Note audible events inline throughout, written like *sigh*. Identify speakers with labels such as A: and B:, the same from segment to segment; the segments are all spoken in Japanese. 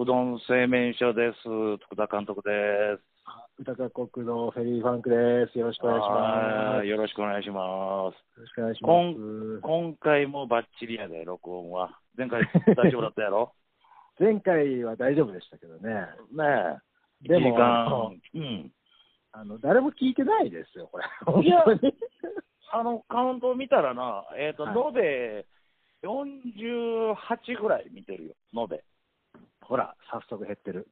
A: うどん製麺所です。徳田監督です。
B: 歌川国のフェリーファンクです。よろしくお願いしま
A: はい
B: す。
A: よろしくお願いします。
B: よろしくお願いし
A: こ
B: ます。
A: 今回もバッチリやで、録音は。前回大丈夫だったやろ
B: 前回は大丈夫でしたけどね。
A: *laughs* ねえ。
B: で
A: 一時
B: も
A: 間、うん。
B: あの、誰も聞いてないですよ、
A: *laughs*
B: これ。
A: いや
B: 本当に
A: あの、カウントを見たらな、えっ、と、
B: はい
A: 延べ48ぐらい見てるよ、延べ。
B: ほら、早速減ってる。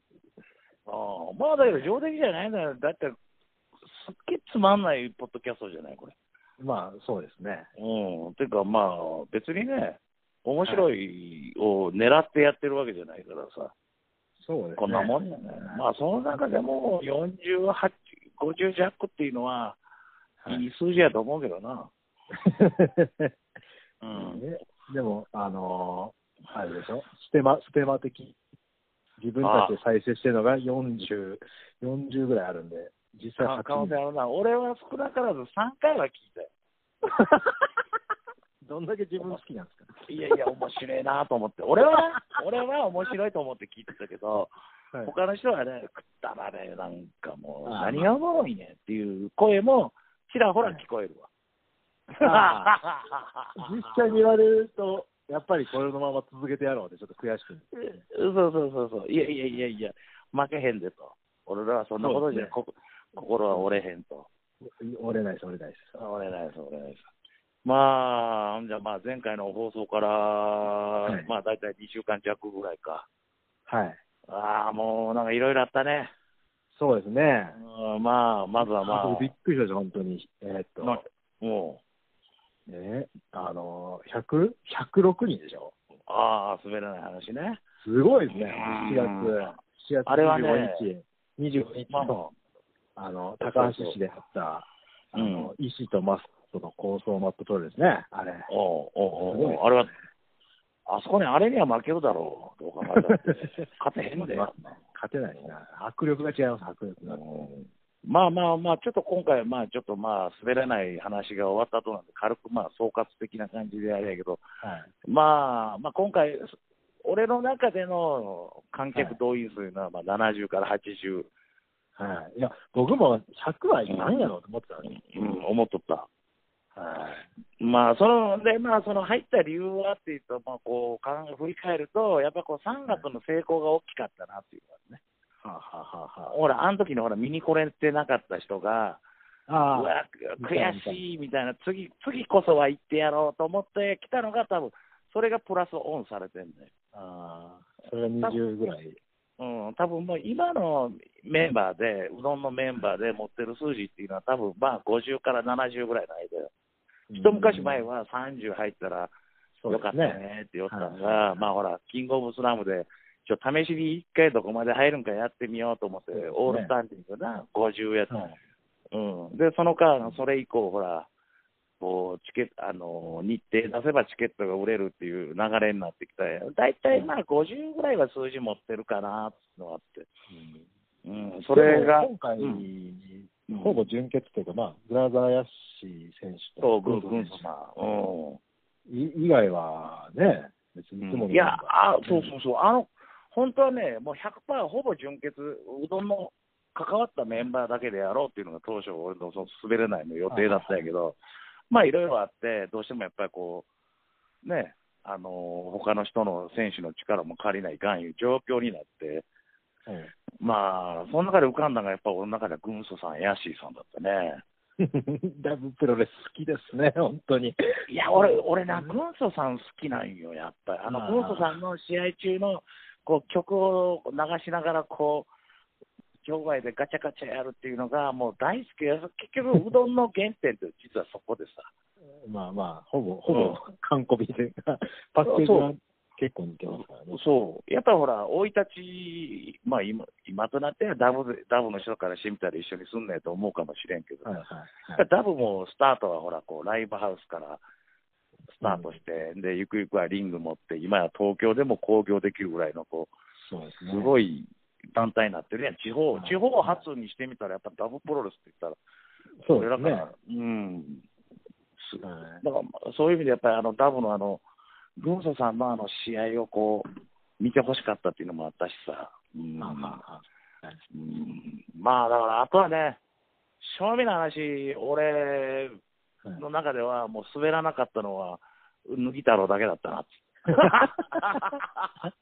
A: ああまあだけど上出来じゃないんだよ。だって、すっげえつまんないポッドキャストじゃない、これ。
B: まあ、そうですね。
A: うん。てかまあ、別にね、面白いを狙ってやってるわけじゃないからさ、
B: そうですね。
A: こんなもんやね。まあ、その中でも48、50弱っていうのは、
B: はい
A: いい数字やと思うけどな。うん。
B: ねでも、あのーあれでしょ、ステマ、ステマ的。自分たちで再生してるのが40、40ぐらいあるんで、実際
A: か可能
B: 8
A: 性あるな。俺は少なからず3回は聞いたよ。
B: どんだけ自分好きなんですか
A: *laughs* いやいや、面白いなと思って。俺は、俺は面白いと思って聞いてたけど、
B: はい
A: 他の人はね、くだらねえ、なんかもう、
B: あー
A: 何がおもろいねんっていう声も、ちらほら聞こえるわ。 *laughs*
B: 実際に言われると、やっぱりこれのまま続けてやろうって、ちょっと悔しくて、
A: そうそうそうそう、いやいやいやいや、負けへんでと、俺らはそんなことじゃ、
B: そ
A: こ心は折れへんと、
B: 折れないです、折れないです。
A: 折れないです、折れないです。まあ、じゃあまあ前回の放送から、
B: い
A: まあ大体2週間弱ぐらいか。
B: はい、
A: ああ、もうなんかいろいろあったね。
B: そうですね。
A: うんまあ、まずはま
B: 僕びっくりしました、本当に。えーっ
A: あ、
B: と、
A: なも
B: ね、あのー、100、106人でしょ。
A: う、ああ、滑らない話ね。
B: すごいですね、
A: うん
B: 7月、7月
A: あれはね
B: 25日、25日
A: まあ
B: のあの高橋市であった、あの医師とマスクとの構想マップトレーですね、あれ。
A: おうおうおう
B: す
A: おうあれは、あそこにあれには負けるだろう、どう考えたって。 *laughs* 勝てへんで。
B: まあ勝てないな、迫力が違います、迫力が。
A: うんまあまあまあ、ちょっと今回、まあちょっとまあ、滑らない話が終わった後なんで、軽くまあ、総括的な感じであれやけど、
B: はい
A: まあ、まあ今回、俺の中での観客動員数いうのは、まあ70から80、
B: はい、いや、僕も100は何やろうと思ってたんです
A: うん、思っとった。
B: よ。はい
A: まあ、その、で、まあ、その入った理由はっていうと、まあ、こう、かん振り返ると、やっぱこう、3月の成功が大きかったなっていうのはね。
B: はあはあは
A: ほら、あの時のほら、見に来れてなかった人が、
B: あは
A: う
B: あ。ああ
A: わ、悔しいみたいな、次、次こそは行ってやろうと思って来たのが、多分それがプラスオンされてんだよ。
B: ああ、それが20ぐらい。
A: うん、多分もう今のメンバーで、うどんのメンバーで持ってる数字っていうのは、多分まあ50から70ぐらいの間よ。一昔前は30入ったら、
B: うん、
A: よかったねって言ったのが、まあほら、キングオブスラムで、ちょ試しに一回どこまで入るんかやってみようと思って、
B: そうですね
A: オールスタンディングな、50やつ、
B: はい
A: うん。で、その間、それ以降、ほら、こう、チケット、あの、日程出せばチケットが売れるっていう流れになってきたやん大体まあ50ぐらいは数字持ってるかなっていうのがあって、うん、それが
B: で、も今回、
A: うんうん
B: ほぼ準決というか、まあ、ブラザー・ヤッシー選手
A: そ
B: と
A: う、軍
B: 軍
A: 軍
B: 曹選
A: 様、うん。
B: 手い以外はね、別にいつものメンバー
A: いやあ、そうそうそう、あの本当はね、もう100%ほぼ純血、うどんの関わったメンバーだけでやろうっていうのが当初、俺のその滑れないの予定だったんやけど、まあいろいろあって、どうしてもやっぱりこう、ね、あの他の人の選手の力も借りないかんいう状況になって、
B: え
A: まあ、その中で浮かんだのが、やっぱ俺の中では軍曹さん、ヤッシーさんだったね。
B: えだいぶプロレス好きですね、本当に。
A: いや、俺、俺な、軍曹さん好きなんよ、やっぱり。あの、
B: あー
A: 軍曹さんの試合中の、こう、曲を流しながら、こう、場外でガチャガチャやるっていうのが、もう大好きや。結局、うどんの原点って、実はそこでさ。
B: まあまあ、ほぼ、ほ
A: うん
B: ぼ、完コピというか、パッケージは結構似てますからね。
A: そう。やっぱほら、生い立ち、まあ今、今となってはダブで、ダブの人からしてみたら一緒にすんねえと思うかもしれんけど、
B: はいはいはい。
A: ダブもスタートはほら、こう、ライブハウスからスタートして、で、ゆくゆくはリング持って、今や東京でも興行できるぐらいの、こう、
B: そうですね。
A: すごい団体になってるやん、地方、
B: はい
A: 地方発にしてみたら、やっぱダブプロレスって言ったら、
B: そう
A: 俺
B: で
A: ら
B: す
A: か
B: ね。
A: ら、うん、すだ
B: はい
A: からそういう意味で、やっぱりあのダブのあの、軍曹さんのあの試合をこう、見てほしかったっていうのもあったしさ、うん
B: まあまあ、
A: うんまあだから、あとはね、正味の話、俺
B: はい
A: の中では、もう滑らなかったのは、脱ぎ太郎だけだったなって *laughs*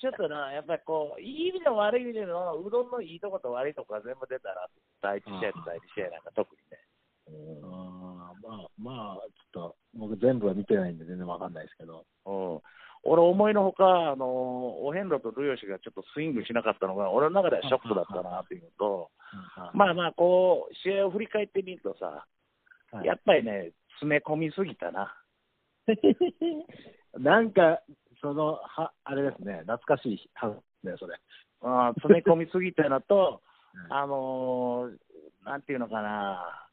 A: ちょっとな、やっぱりこう、いい意味でも悪い意味でも、うどんのいいとこと悪いとこが全部出たら、第一試合と第二試合なんか特にね。うん
B: あーまあまあ、ちょっと僕、全部は見てないんで、全然わかんないですけど、
A: うん、俺、思いのほか、あのーお遍路とルヨシがちょっとスイングしなかったのが、俺の中ではショックだったなっていうのと、まあまあ、こう、試合を振り返ってみるとさ、
B: はい
A: やっぱりね、詰め込みすぎたな。
B: なんか、そのは、あれですね、懐かしい話ね、それ。
A: うん、詰め込みすぎたの *laughs* と、あのーなんていうのかな、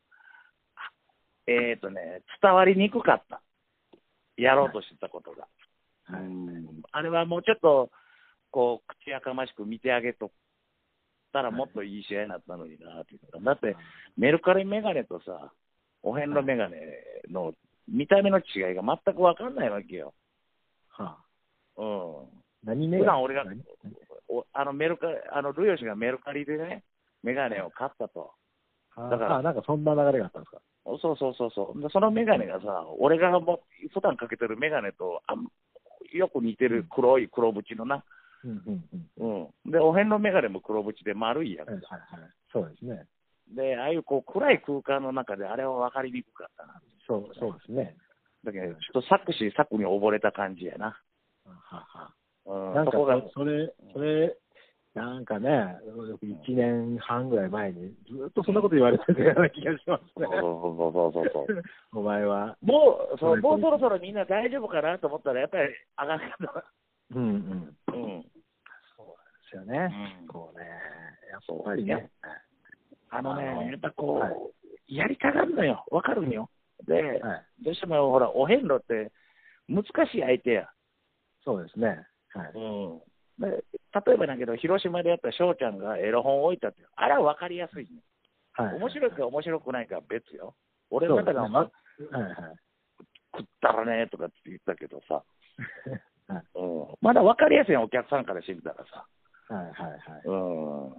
A: えっ、ー、とね、伝わりにくかった。やろうとしてたことが。
B: はい
A: うんあれはもうちょっと、こう、口やかましく見てあげとったら、もっといい試合になったのになっていうのがだって、メルカリメガネとさ、お遍路メガネの見た目の違いが全くわかんないわけよ。
B: はあ、
A: うん。
B: 何目
A: 普段俺が
B: 何
A: おあのメルカあのルヨシがメルカリでね、メガネを買ったと、
B: あ
A: だから
B: あなんかそんな流れがあったんですか。
A: そうそうそうそう、でそのメガネがさ、俺がもう普段かけてるメガネとあんよく似てる黒い黒縁のな、
B: うんうんうん。
A: うん、で、お遍路メガネも黒縁で丸いやん、
B: はいはいはい。そうですね。
A: で、ああいうこう暗い空間の中であれは分かりにくかったな、
B: そうそうですね。
A: だけど、ちょっと作詞、作に溺れた感じやな、
B: はは
A: うん、
B: なんか
A: そこが
B: そ、それ、それ、なんかね、1年半ぐらい前に、ずっとそんなこと言われてるような気がします
A: そう
B: ね。
A: そうそうそうそう。
B: *laughs* お前は。
A: *laughs* もうそうもうそろそろみんな大丈夫かなと思ったら、やっぱり上がんなかっ
B: うんうん。
A: た。うん
B: そうなんですよね。
A: うん
B: こうね、やっぱりね。
A: あのね
B: あの、
A: やっぱこう、
B: は
A: やりたがるのよ、わかるのよ。で、
B: はい。
A: どうしてもほら、お遍路って難しい相手や。
B: そうですね。はい。
A: ん、で例えばだけど、広島でやった翔ちゃんがエロ本を置いたって、あれは分かりやすい、ね
B: はい。
A: 面白いか面白くないかは別よ。俺
B: そ
A: の
B: うで
A: 中
B: す
A: では、
B: ねまはいはい。
A: 食ったらねとかって言ったけどさ、
B: はい
A: うん、まだ分かりやすいやんお客さんからしてみたらさ。
B: はいはいはい。
A: うん、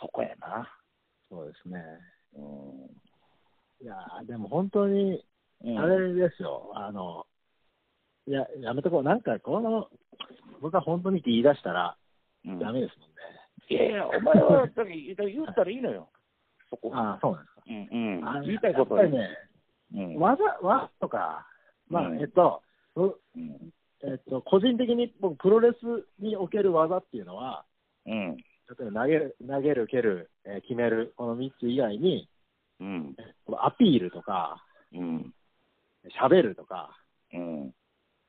A: そこやな。
B: そうですね。
A: うん
B: いやーでも本当に、
A: うん、
B: あれですよ、あの、いや、やめとこう、なんか、この、僕は本当にって言い出したら、
A: うん
B: ダメですもんね。
A: いやいや、お前はだから言う言ったらいいのよ、そこ。
B: ああ、そうなんですか。
A: うんうん
B: あの
A: 言いたいことは
B: やっぱり
A: う
B: ね、
A: ん
B: わざ、わとか、まあ、
A: うん
B: えっと、う
A: うん
B: えっと、個人的に僕、プロレスにおける技っていうのは、
A: うん
B: 例えば投げる、投げる、蹴る、えー決める、この3つ以外に、
A: うん
B: このアピールとか、
A: うん
B: 喋るとか、
A: うん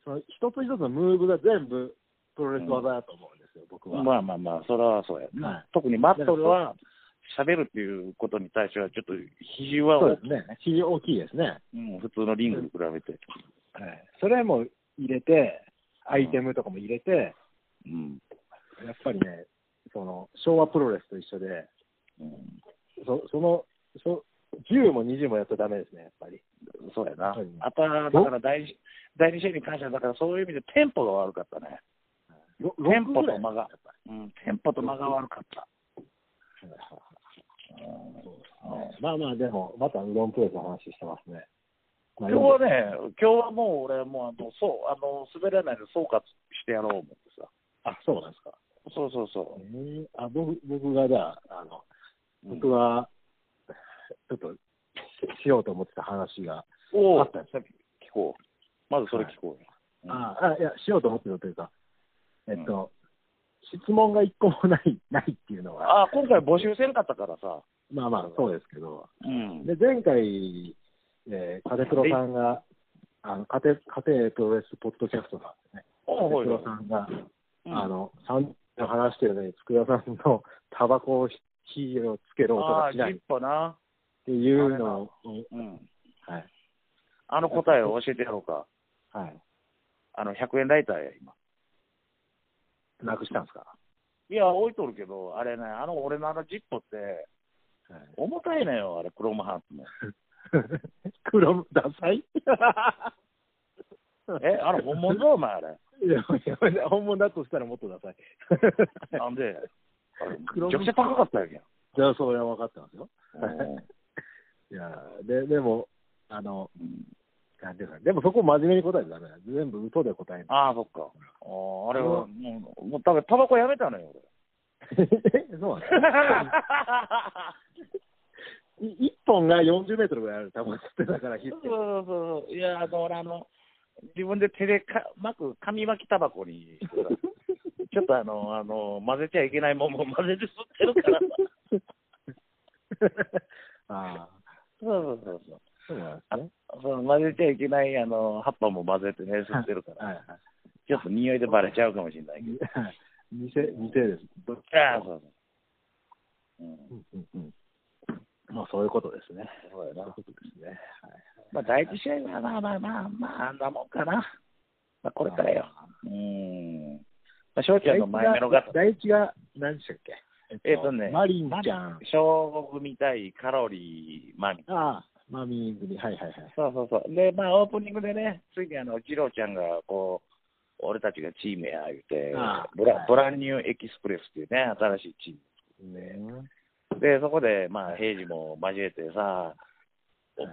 B: その一つ一つのムーブが全部プロレス技だと思うんですよ、僕は。
A: まあまあまあ、それはそうやな、
B: はい
A: 特にマットルは、喋るっていうことに対しては、ちょっと肘は
B: そう
A: 大き
B: です
A: い、
B: ね、非常大きいですね。
A: うん、普通のリングに比べて。
B: はい、それも入れて、アイテムとかも入れて、
A: うん
B: やっぱりね、その昭和プロレスと一緒で、
A: うん、
B: そそのそ10も20もやっちゃだめですね、やっぱり。
A: そうやな
B: そうですね。
A: あとは、だから第二第二試合に関しては、だからそういう意味でテンポが悪かったね。
B: ロ
A: テンポと
B: ロックぐらい
A: 間が
B: やっぱ
A: うん、テンポと間が悪かった。
B: りはいはい
A: うん
B: はいまあまあ、でも、またうどんプロレスの話してますね。まあ
A: 今日はね、今日はもう俺、もうあのそうあの滑らないで総括してやろう思ってさ、
B: あそうなんですか。
A: そうそうそ
B: えーあ僕僕がじゃあ、あの
A: う、うん
B: 僕は、ちょっとしようと思ってた話が、
A: おお
B: あったんです
A: さっき聞こう、まずそれ聞こうよ。うん
B: ああ、いや、しようと思ってるというか、えっと、質問が一個もない、ないっていうの
A: あ
B: は、
A: あ今回募集せんかったからさ、
B: まあまあ、そうですけど、
A: うん
B: で、前回、えー、カテプロさんが、あの、カテ、カテプロレスポッドキャストさんですね、カテ
A: おう
B: プ
A: ほい
B: ロ
A: よ
B: さんが、
A: うん
B: あの、3人の話してるのに、つくやさんのタバコを火をつける音
A: あ
B: が
A: あ、
B: しないっ
A: ジッポな、
B: ていうのを、
A: うん、
B: はい、
A: あの答えを教えてやろうか、
B: はい、
A: あの100円ライターや、今。
B: なくしたんですか。
A: いや、置いとるけど、あれね、あの俺のあのジッポって、
B: はい *laughs*
A: 重たいのよ、あれ、クロムハーツも。
B: クロムダサい
A: *laughs* え、あれ、本物だ、お前、あれ。
B: *laughs* いいやいや本物だとしたらもっとダサい。
A: *laughs* なん *laughs* で、あれ
B: 黒
A: めち
B: ぶ
A: ゃくちゃ高かったやけん。
B: じゃあ、それは分かってますよ。
A: うん
B: いやで、でも、あの、
A: うん
B: なんていうか、でもそこ真面目に答えてダメだ。全部嘘で答える。
A: ああ、そっか。あーあれは、もう、もう、たぶん、タバコやめたのよ、 *laughs* 俺。
B: *laughs* そうなんだ。 *laughs* い一本が40メートルぐらいある、多分吸ってたから、火っ
A: そう
B: て。
A: そうそう。いや、だから俺、あの、自分で手でか巻く紙巻きタバコ *laughs* にしてた、ちょっとあの、あの、混ぜちゃいけないもんも混ぜて吸ってるから。
B: ああ、
A: そうそうそう
B: そうなんです
A: あ
B: ね。
A: そう。混ぜちゃいけない、あの、葉っぱも混ぜてね、吸ってるから。
B: はいはい。
A: ちょっと匂いでバレちゃうかもしれないけど。
B: 店、店です。どっ
A: ああ、そうそう。うん、
B: うんうんうん。まあ、そういうことですね。
A: そうや
B: そういう
A: な。
B: ことですね。はい。
A: まあ、第一試合はまあまあまあ、まあ、あんなもんかな。まあ、これからよ。うん。まあ、翔ちゃんの前目の方。
B: 第一が、第一が何でしたっけ
A: えっとね
B: マリンちゃん。
A: 小国対カロリーマミ。
B: ああ、マミー組。はいはいはい。
A: そうそうそう。で、まあ、オープニングでね、ついにあの、二郎ちゃんが、こう、俺たちがチームや、言うて
B: ああ、
A: ブラ
B: はい
A: ブランニューエキスプレスっていうね、新しいチーム。
B: ね
A: で、そこで、まあ、平時も交えてさ、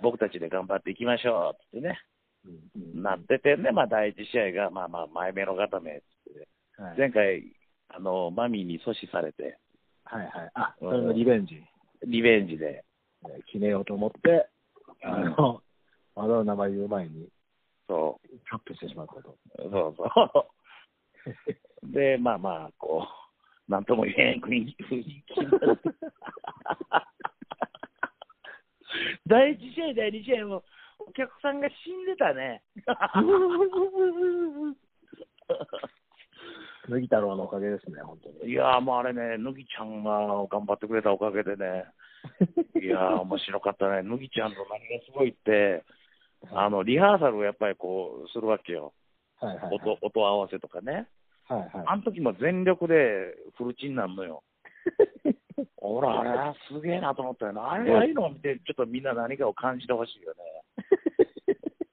A: 僕たちで頑張っていきましょうってね、
B: うん
A: なっててね、まあ、第一試合が、まあまあ、前目の固めっつってね、
B: はい
A: 前回、あの、マミーに阻止されて、
B: はいはい。あ、それのリベンジ。
A: リベンジで、
B: えー決めようと思って、あの、まだ名前言う前に、
A: そう、
B: カップしてしまったと。
A: そうそう。で、まあまあ、こう、なんとも言えん雰囲気雰囲気になる第1試合、第2試合も、お客さんが死んでたね。
B: 麦太郎のおかげですね、本当
A: *laughs*
B: に。
A: いやー、もうあれね、麦ちゃんが頑張ってくれたおかげでね、いやー、面白かったね、麦ちゃんの何がすごいって、あのリハーサルをやっぱりこうするわけよ、
B: はいはいはい。
A: 音音合わせとかね。
B: はい
A: あ
B: は
A: の時も全力でフルチンなんの
B: *laughs*
A: よ。ほら、あれはすげえなと思ったよな。あれああいうのを見て、ちょっとみんな何かを感じてほしいよね。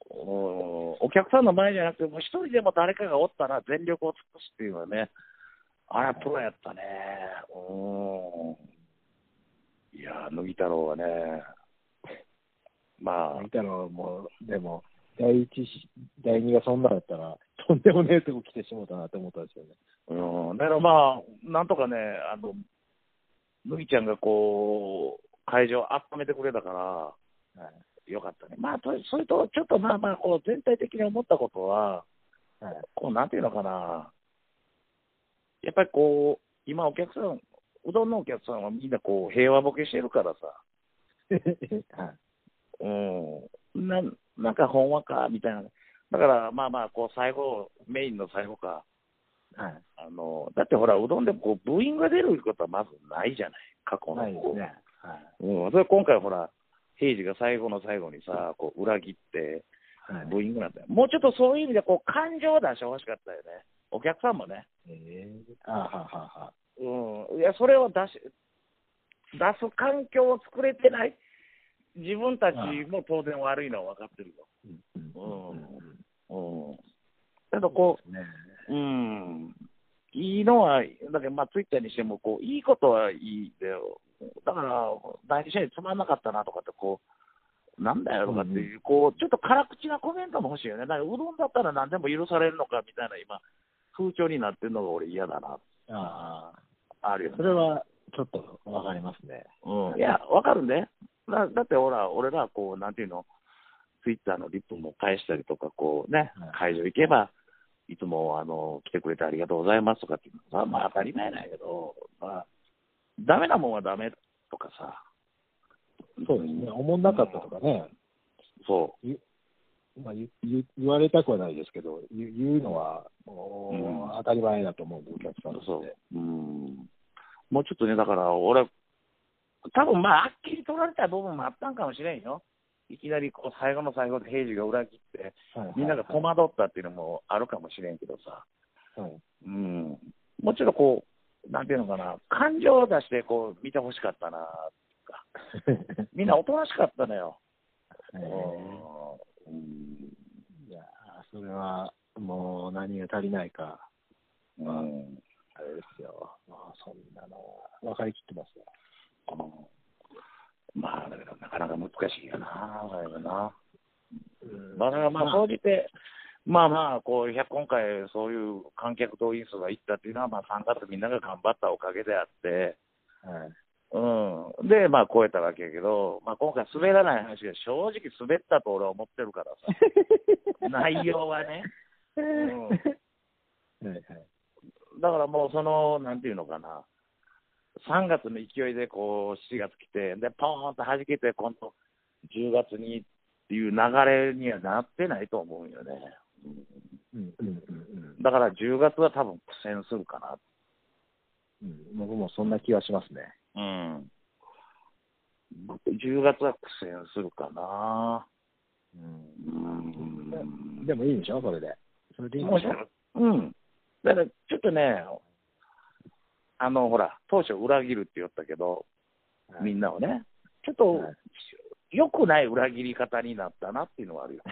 A: おお客さんの前じゃなくて、もう一人でも誰かがおったら全力を尽くすっていうのはね、あれはプロやったね。うん。いやー、麦太郎はね、まあ
B: い。、麦太郎も、でも、第一し、第二がそんなだったら、とんでもねえとこ来てしもうたなって思ったんですよね。
A: うん、だからまあ、なんとかね、あの、麦ちゃんがこう、会場を温めてくれたから、
B: はい
A: よかったね。まあ、とそれと、ちょっとまあまあ、こう、全体的に思ったことは、
B: はい
A: こう、なんていうのかな、やっぱりこう、今お客さん、うどんのお客さんはみんなこう、平和ボケしてるからさ、
B: はい
A: うん、なんなんかほんわか、みたいな。だからまあまあ、こう、最後、メインの最後か、
B: はい
A: あのだってほら、うどんでもこうブーイングが出ることはまずないじゃない、過去の。
B: ないですね。は
A: うん、それ今回、ほら、平次が最後の最後にさ、こう裏切って、
B: い。はい
A: ブーイングなんだよ、もうちょっとそういう意味でこう感情を出してほしかったよね、お客さんもね。
B: ええあははは
A: うん、いやそれを出し出す環境を作れてない、自分たちも当然悪いのは分かってるよ。
B: うんうんうん
A: うん、けどこう
B: うん。ね
A: うん、いいのは、だけど、まあ、ツイッターにしてもこう、いいことはいいで、だから、第二試合つまんなかったなとかって、こう、なんだよとかっていう、こう、ちょっと辛口なコメントも欲しいよね、だからうどんだったら何でも許されるのかみたいな、今、風潮になってるのが俺、嫌だな、
B: あ
A: あるよね
B: あ、そ。れはちょっとわかりますね。
A: うん、いや、わかるんで、だだってほら、俺ら、こう、なんていうの、ツイッターのリップも返したりとか、こうね、会場行けば、いつもあの来てくれてありがとうございますとかっていうのは、まあ、当たり前なんやけど、まあ、ダメなもんはダメとかさ、
B: そうですね。おもんなかったとかね、
A: そ
B: まあ、言言言われたくはないですけど、言言うのは、お
A: うん
B: 当たり前だと思うんで、お客
A: う
B: さんって。
A: そう、うん、もうちょっとね、だから俺、多分まあ、はっきり取られた部分もあったんかもしれんよ。いきなりこう最後の最後で平次が裏切って、
B: はいはい
A: みんなが戸惑ったっていうのもあるかもしれんけどさ。
B: はい
A: うんもちろんこう、なんていうのかな、感情を出してこう見てほしかったな、みんなおとなしかったのよ。
B: えー
A: うん
B: いやーそれは、もう何が足りないか、
A: うん
B: あれですよ。まあ、そんなのは分かりきってますよ。
A: まあ、だけど、なかなか難しいよな、あれはな。
B: うん
A: まあ、まあ、総じて、まあまあ、こう、今回、そういう観客動員数がいったっていうのは、まあ、3月みんなが頑張ったおかげであって、
B: はい。
A: うん。で、まあ、超えたわけやけど、まあ、今回滑らない話が正直滑ったと俺は思ってるから
B: *laughs*
A: さ。内容はね。うん
B: はいはい。
A: だからもうその、なんていうのかな、3月の勢いでこう、4月来て、で、ポーンと弾けて、今度、10月にっていう流れにはなってないと思うよね。
B: うんうんうん
A: だから10月は多分苦戦するか
B: うん。うん、僕もそんな気はしますね。
A: な。うん。10月は苦戦するかな。
B: うん。
A: うん
B: でもいいでしょ、それで。それでいいで
A: も
B: し
A: し
B: ょ。
A: うん。だから、ちょっとね、あの、ほら、当初裏切るって言ったけど、
B: はい *laughs*
A: みんなをね、ちょっと、
B: はい
A: 良くない裏切り方になったなっていうのはあるよ。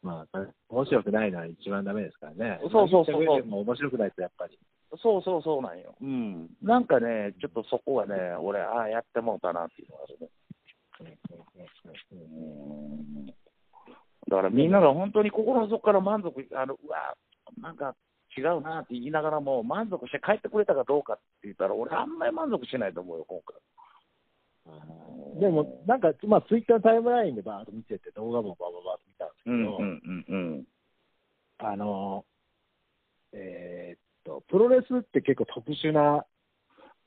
B: まあ、面白くないのは一番ダメですからね。
A: そうそうそうそう
B: 何してくれても面白くないとやっぱり。
A: そうそうそうなんよ。うん。なんかね、ちょっとそこはね、俺、ああ、やってもうたなっていうのはあるね。うん。だからみんなが本当に心の底から満足、あの、うわ、なんか違うなって言いながらも、満足して帰ってくれたかどうかって言ったら、俺、あんまり満足しないと思うよ、今回。
B: でも、なんか、まあ、ツイッターのタイムラインでバーっと見てて、動画もバーバーバーっと見たんですけ
A: う
B: ど、
A: んうんうんうん。
B: あの、えーっと、プロレスって結構特殊な、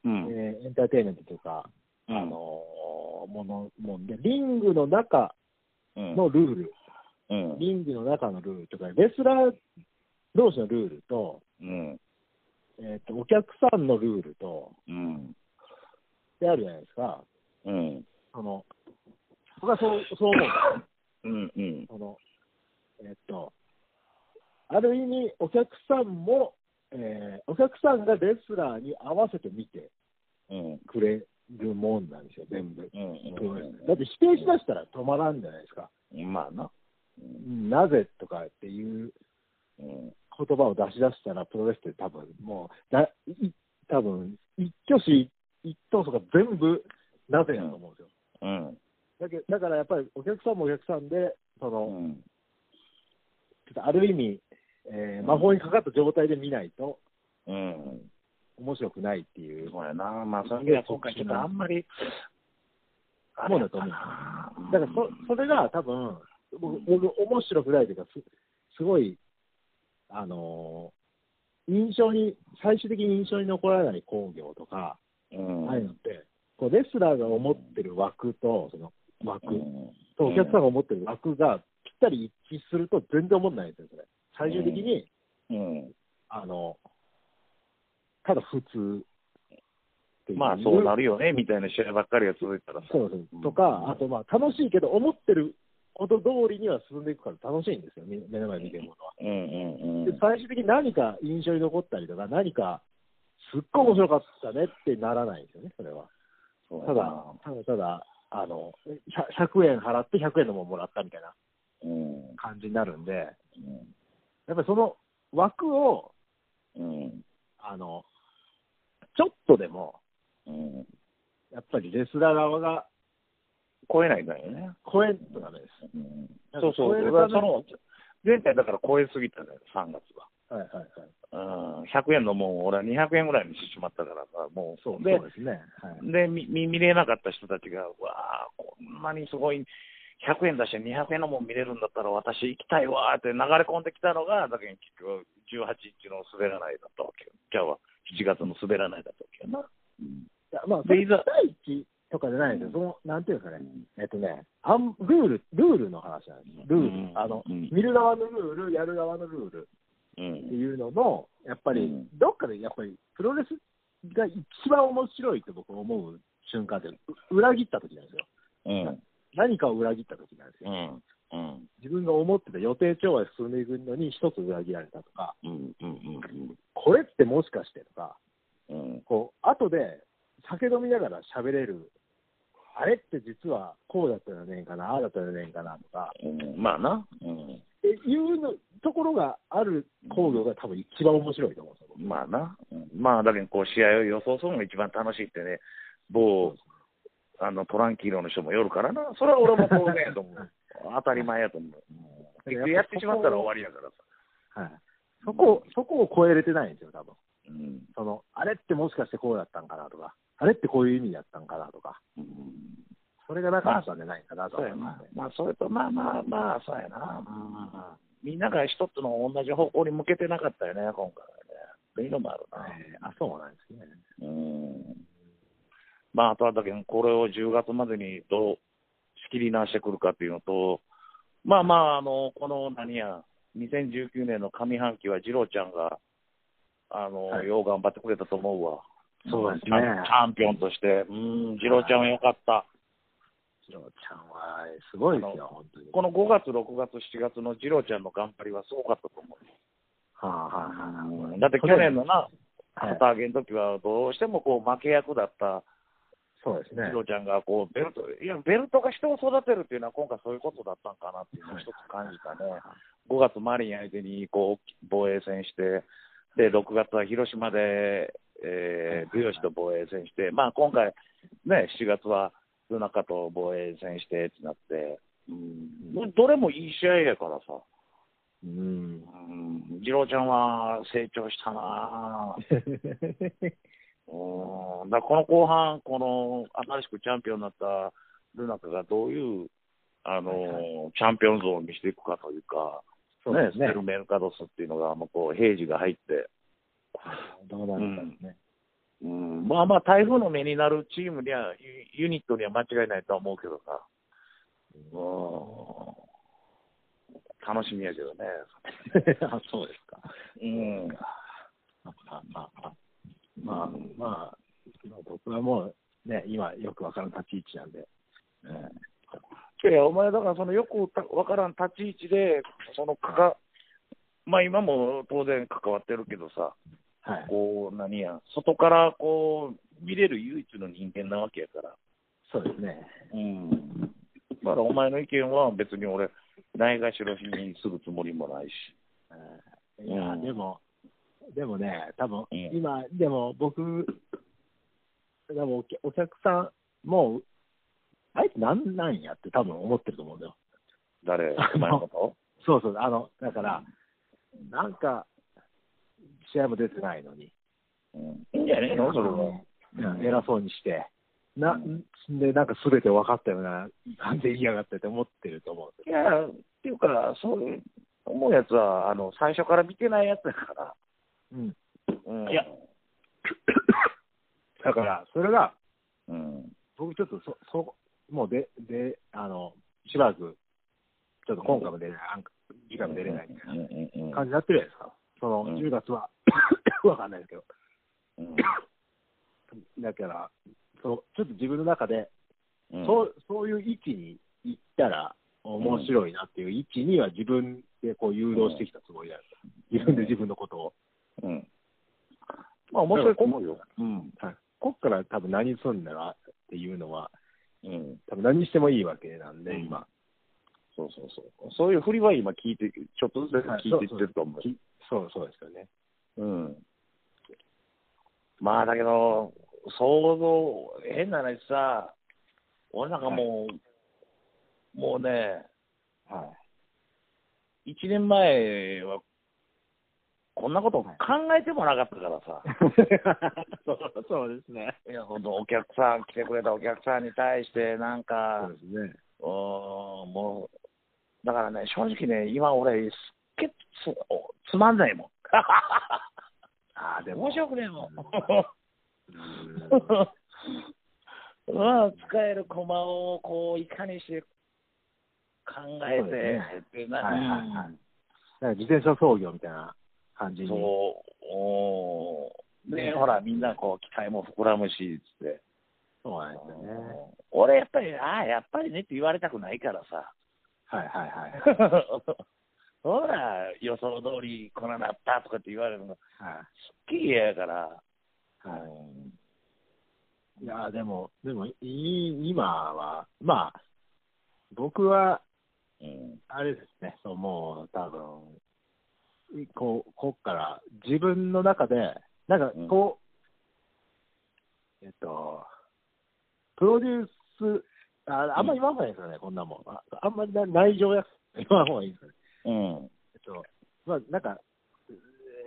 A: うん
B: えーエンターテインメントというか、
A: うん
B: あのもの、もんで、リングの中
A: うん
B: のルール、
A: うん
B: リングの中のルールとか、レスラー同士のルールと、
A: うん
B: えーっと、お客さんのルールと、
A: うん
B: であるじゃないですか。
A: うん
B: その、僕はそう、そう思うんですよ
A: うんうん
B: その、えっと、ある意味、お客さんも、えーお客さんがレスラーに合わせて見て
A: うん
B: くれるもんなんですよ、全部。
A: うん
B: だって否定しだしたら止まらんじゃないですか。
A: うんまあな。
B: なぜとかっていう
A: うん
B: 言葉を出し出したら、プロレスって多分もう、だい多分一挙手一投足が全部なぜやと思うんですよ。
A: うん
B: だけだからやっぱりお客さんもお客さんで、その、
A: うん
B: ちょっとある意味、えー魔法にかかった状態で見ないと
A: うん
B: 面白くないっていう、
A: そうやな。まあそういう意味では今回ちょっとあんまりあ
B: も
A: れ
B: ん
A: やっ
B: だと
A: た
B: 思う。
A: なうん
B: だからそそれが多分、僕、僕面白くないというか、すすごい、あのー印象に、最終的に印象に残らない工業とか、
A: うん
B: ああいうのって、こうレスラーが思ってる枠と、その枠
A: うん
B: とお客さんが思ってる枠がぴったり一致すると全然思んないんですよ、それ。最終的に、
A: うん
B: あの、ただ普通っていう
A: まあそうなるよねみたいな試合ばっかりが続いたらさ。
B: そうそう。とか、あとまあ楽しいけど、思ってること通りには進んでいくから楽しいんですよ、み目の前に見てるものは。
A: うんうんう
B: で
A: ん。
B: 最終的に何か印象に残ったりとか、何かすっごい面白かったねってならないんですよね、それは。
A: そう
B: た
A: や
B: だ
A: な、
B: ただただ、あの、100 100円払って100円のもんもらったみたいな
A: うん
B: 感じになるんで、やっ
A: うん
B: ぱりその枠を、
A: うん
B: あの、ちょっとでも、
A: うん
B: やっぱりレスラー側が
A: 超えないんだよね。
B: 超えんとダメです。
A: うん
B: な
A: そ
B: んか
A: うそう、
B: 超え
A: 俺
B: る
A: は
B: ため
A: その前回だから超えすぎたね、3月は。
B: はいはいはい。
A: うん、100円のもん、俺は200円ぐらいにしてしまったからさ、もう、
B: そう
A: で
B: そうですね。はい。
A: でみ見見れなかった人たちが、うわあ、こんなにすごい、100円出して200円のもん見れるんだったら、私行きたいわーって流れ込んできたのが、だけど結局、18日の滑らないだったわけよ。じゃあ、7月の滑らないだったわけよな。
B: いやまあ、そ
A: で
B: れ
A: いざ
B: 第一とかじゃないんですよ。その、なんていうんですかね。えっとね、あんルール、ルールの話なんです。ルール。
A: うん
B: あの、
A: うん
B: 見る側のルール、やる側のルール
A: うん。う
B: って
A: ん。
B: いうのの、やっぱり、
A: うん
B: どっかでやっぱり、プロレスが一番面白いと僕思う瞬間って、う裏切った時なんですよ。
A: うん。
B: 何かを裏切った時なんです
A: う
B: よ。
A: ん。うん。
B: 自分が思ってた予定調和で進んでいくのに一つ裏切られたとか、
A: うん。うん。
B: これってもしかしてとか、
A: うん。
B: こう、後で酒飲みながら喋れる、あれって実はこうだったよねんかな、ああだったよねんかなとか、
A: うん。まあな。うん。
B: っていうのところがある工業が多分一番面白いと思うんですよ、僕
A: まあな、うんまあだけどこう試合を予想するのが一番楽しいってね、某あのトランキーロの人も夜からな、それは俺も当然やと思 *laughs* う、当たり前やと思う、
B: うん
A: やってしまったら終わりやからさ、
B: *laughs* はい、そこそこを超えれてないんですよ、多分
A: うん
B: そのあれってもしかしてこうだったんかなとか、あれってこういう意味だったんかなとか、
A: うん、
B: それがなかったんじゃないかなと
A: そう
B: 思
A: や
B: いま
A: な
B: すね、。
A: まあ、それとまあまあまあ、そうやな、
B: あ
A: みんなが一つの同じ方向に向けてなかったよね、今回はね、そういうのもある
B: あ
A: な。
B: えーあそうなんですね。
A: うんまあ、あとはだけど、これを10月までにどう仕切り直してくるかっていうのと、まあまあ、あのこの何や、2019年の上半期は、次郎ちゃんが、あの
B: はい
A: よう頑張ってくれたと思うわ、
B: そうですね
A: チャンチャンピオンとして、うん、次郎ちゃんはよかった、
B: 次郎ちゃんはすごいですよ、本当に。
A: この5月、6月、7月の次郎ちゃんの頑張りはすごかったと思
B: はあはあは
A: う、
B: あ
A: うんだって去年のな、
B: はい
A: 旗揚げの時は、どうしてもこう負け役だった。
B: そうですね
A: ジ。ロちゃんがこうベルト、いや、ベルトが人を育てるっていうのは、今回そういうことだったんかなっていうのを一つ感じたね、5月、マリン相手にこう防衛戦して、で6月は広島で、えー、美容師と防衛戦して、まあ、今回、ね、7月は夜中と防衛戦してってなって、
B: うん
A: どれもいい試合やからさ、
B: うん。
A: うん、ジロちゃんは成長したな
B: *laughs*
A: ぁ。うんだからこの後半、この新しくチャンピオンになったルナカがどういう、あのー
B: はいは
A: チャンピオン像を見せていくかというか、
B: そうですね
A: ステルメルカドスっていうのが、もうこう平時が入って、
B: どうなるかですね。
A: うんまあまあ、台風の目になるチームには、ユユニットには間違いないとは思うけどさ、うん、楽しみやけど
B: *laughs*
A: ね。
B: あそうですか。
A: うん
B: まあまあまあ、まあまあ、僕はもうね、今よくわからん立ち位置なんで。
A: いや、お前、だからそのよくたわからん立ち位置で、そのかか、まあ今も当然関わってるけどさ、
B: はい。
A: こう、何や、外からこう、見れる唯一の人間なわけやから。
B: そうですね。
A: うん。だからお前の意見は別に俺、ないがしろにするつもりもないし。
B: えーいや、
A: うん
B: でも、でもね、多分
A: うん
B: 今、でも僕、でもお客お客さん、もう、あいつなんなんやって多分思ってると思うんだよ。
A: 誰、お前の *laughs* こ
B: そうそう、あの、だから、なんか、試合も出てないのに、
A: とうん。いいんじゃねえのそれは。
B: うん偉そうにして、な、
A: うん
B: で、なんかすべて分かったような感じで言いやがってって思ってると思うんです
A: いや、っていうか、そういう、思うやつは、あの、最初から見てないやつだか
B: よ。うん。
A: ら。うん。
B: いやだから、それが、
A: うん。
B: 僕ちょっとそ、そ、もうで、で、あの、しばらく、ちょっと今回も出れない、あん次回も出れないみたい
A: うんうんうん
B: な感じになってるじゃないですか。その、
A: うん
B: 10月は、 *coughs* わかんないですけど。だから、そう、ちょっと自分の中で、
A: うん
B: そうそういう位置に行ったら面白いなっていう位置には自分でこう誘導してきたつもりだよ、自分で自分のことを。
A: うん。まあ面白いと思うよ。うん。
B: はい、こっから多分何すんだらっていうのは、
A: うん。
B: 多分何してもいいわけなんで、
A: うん
B: 今、
A: そうそうそう。そういう振りは今聞いて、ちょっとずつ聞いていってると思う。
B: きそうそうですよ
A: *laughs*
B: ね。
A: うん。まあだけど、想像、変な話さ、俺なんかもう、もうね、
B: は
A: 1年前は、こんなこと考えてもなかったからさ。
B: い、そうそうですね。
A: いや、ほんとお客さん、来てくれたお客さんに対して、なんか、
B: そうですね。
A: うーんもう、だからね、正直ね、今俺、すっげえつおつまんないもん。
B: ああ、 *laughs* でも、
A: 面白くねえもん。 *laughs*
B: うん
A: うわ使える駒を、こう、いかにして考え
B: そうで
A: て、って
B: はいはいは。
A: ない
B: なんか自転車操業みたいな感じに。
A: そう、おー
B: ね
A: で、ほら、みんなこう、期待も膨らむし、つって。
B: そうなんですよね。
A: 俺、やっぱり、ああ、やっぱりねって言われたくないからさ。
B: はいはいはい。
A: ほら、予想通りこんななったとかって言われるのが、
B: は
A: すっげえ嫌やから、
B: いはいいやーでも、でもいい今は、まあ、僕は
A: うん、
B: あれですね、そうもう多分こう、こっから自分の中で、なんかこう、えっと、プロデュース、ああんまり言わんほうがいいですよね、こんなもん。ああんまりな内情や、言わんほうがいいですよね。
A: うん。
B: えっと、まあ、なんか、え